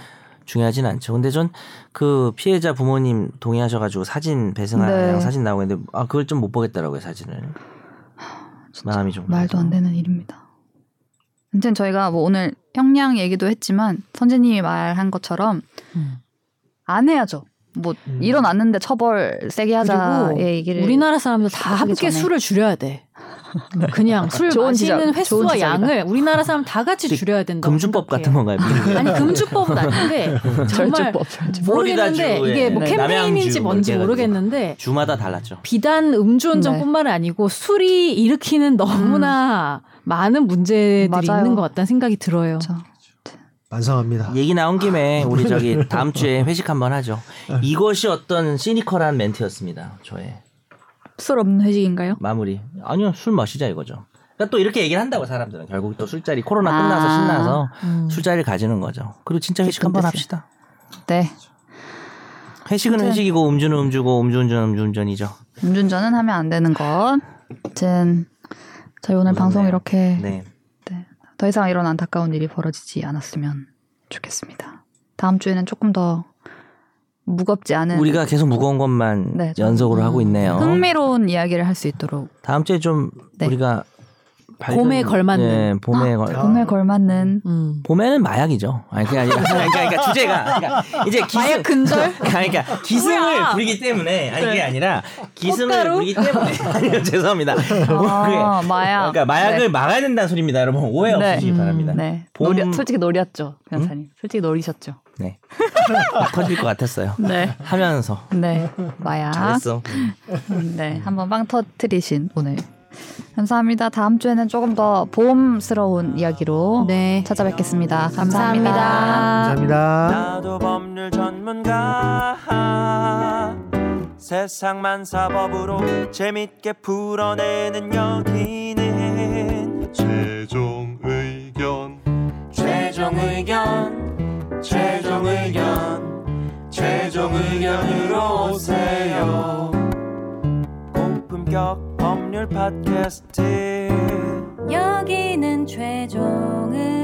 D: 중요하진 않죠. 근데 전 그 피해자 부모님 동의하셔가지고 사진 배승아랑
A: 네.
D: 사진 나오고 있는데 아 그걸 좀 못 보겠더라고요 사진을.
A: 진짜
D: 마음이 좀
A: 말도 안
D: 그래서.
A: 되는 일입니다. 아무튼 저희가 뭐 오늘 형량 얘기도 했지만 선재님이 말한 것처럼
C: 음.
A: 안 해야죠. 뭐
B: 음.
A: 일어났는데 처벌 세게 하자의 예,
C: 그리고
A: 얘기를
C: 음. 우리나라 사람들 다
A: 하기
C: 함께
A: 전에.
C: 술을 줄여야 돼. 음, 그냥 술
A: 좋은
C: 마시는
A: 지적, 좋은
C: 횟수와
A: 지적이다.
D: 양을
C: 양을 우리나라 사람 다 같이 줄여야 된다.
D: 금주법 같은 건가요?
C: 아니 금주법은 아닌데 정말
E: 절주법, 절주법.
C: 모르겠는데
D: 주에 뭐
C: 이게 뭐
D: 네.
C: 캠페인인지 뭔지
D: 남양주 문제가
C: 모르겠는데
D: 주마다 달랐죠.
C: 비단
A: 네.
C: 음주운전뿐만 아니고 술이 일으키는 너무나 많은 문제들이
A: 음. 맞아요.
C: 있는 것 같다는 생각이 들어요.
A: 그렇죠. 예.
B: 반성합니다.
D: 얘기 나온
A: 아,
D: 김에 우리 저기 다음 주에 회식 한번 하죠. 이것이 어떤 시니컬한 멘트였습니다. 저의
A: 술 없는 회식인가요?
D: 마무리. 아니요 술 마시자 이거죠. 그러니까 또 이렇게 얘기를 한다고 사람들은 결국 또 술자리 코로나
A: 아.
D: 끝나서 신나서
C: 음.
D: 술자리를 가지는 거죠. 그리고 진짜 회식 한번
A: 됐어요.
D: 합시다.
A: 네.
D: 회식은 회식이고 음주는 음주고 음주운전은 음주운전이죠.
A: 음주운전은 하면 안 되는 것. 아무튼 저희 오늘
D: 무섭네요.
A: 방송 이렇게
D: 네.
A: 네. 더 이상 이런 안타까운 일이 벌어지지 않았으면 좋겠습니다. 다음 주에는 조금 더 무겁지
C: 네.
A: 않은
D: 우리가 어? 계속 무거운 것만
A: 네, 좀-
D: 연속으로 하고
C: 음.
D: 있네요.
A: 흥미로운 이야기를 할 수 있도록
D: 다음 주에 좀
A: 네.
D: 우리가 발견-
C: 봄에 걸맞는. 아,
D: 네, 봄에 걸
A: 봄에 걸맞는
C: 음.
D: 봄에는 마약이죠. 아니 그게 아니라 그러니까, 그러니까 주제가 그러니까 이제 기승
C: 마약 근절?
D: 아니, 그러니까 기승을
C: 뭐야? 네.
D: 부리기 때문에 아니 그게 아니라 기승을
C: 꽃가루?
D: 부리기 때문에 아니요 죄송합니다.
A: 아,
D: 그게-
A: 마약.
D: 그러니까 마약을
C: 네.
D: 막아야 된다는 소리입니다, 여러분 오해
A: 네.
D: 없으시기 바랍니다.
C: 음,
A: 네. 네.
D: 봄-
A: 노려, 솔직히 노렸죠, 변사님. 솔직히 노리셨죠.
D: 네, 막 커질 것 같았어요.
A: 네.
D: 하면서
A: 네. 마약.
C: 아.
D: 잘했어.
A: 네, 한번 빵 터트리신 오늘. 감사합니다. 다음 주에는 조금 더 봄스러운 이야기로
C: 네.
A: 찾아뵙겠습니다. 감사합니다.
C: 감사합니다.
B: 감사합니다.
F: 나도 법률 전문가 세상만 사법으로 재밌게 풀어내는 여기는
G: 최종 의견
F: 최종 의견 최종 의견 최종 의견으로 오세요 고품격 법률 팟캐스트
H: 여기는 최종 의견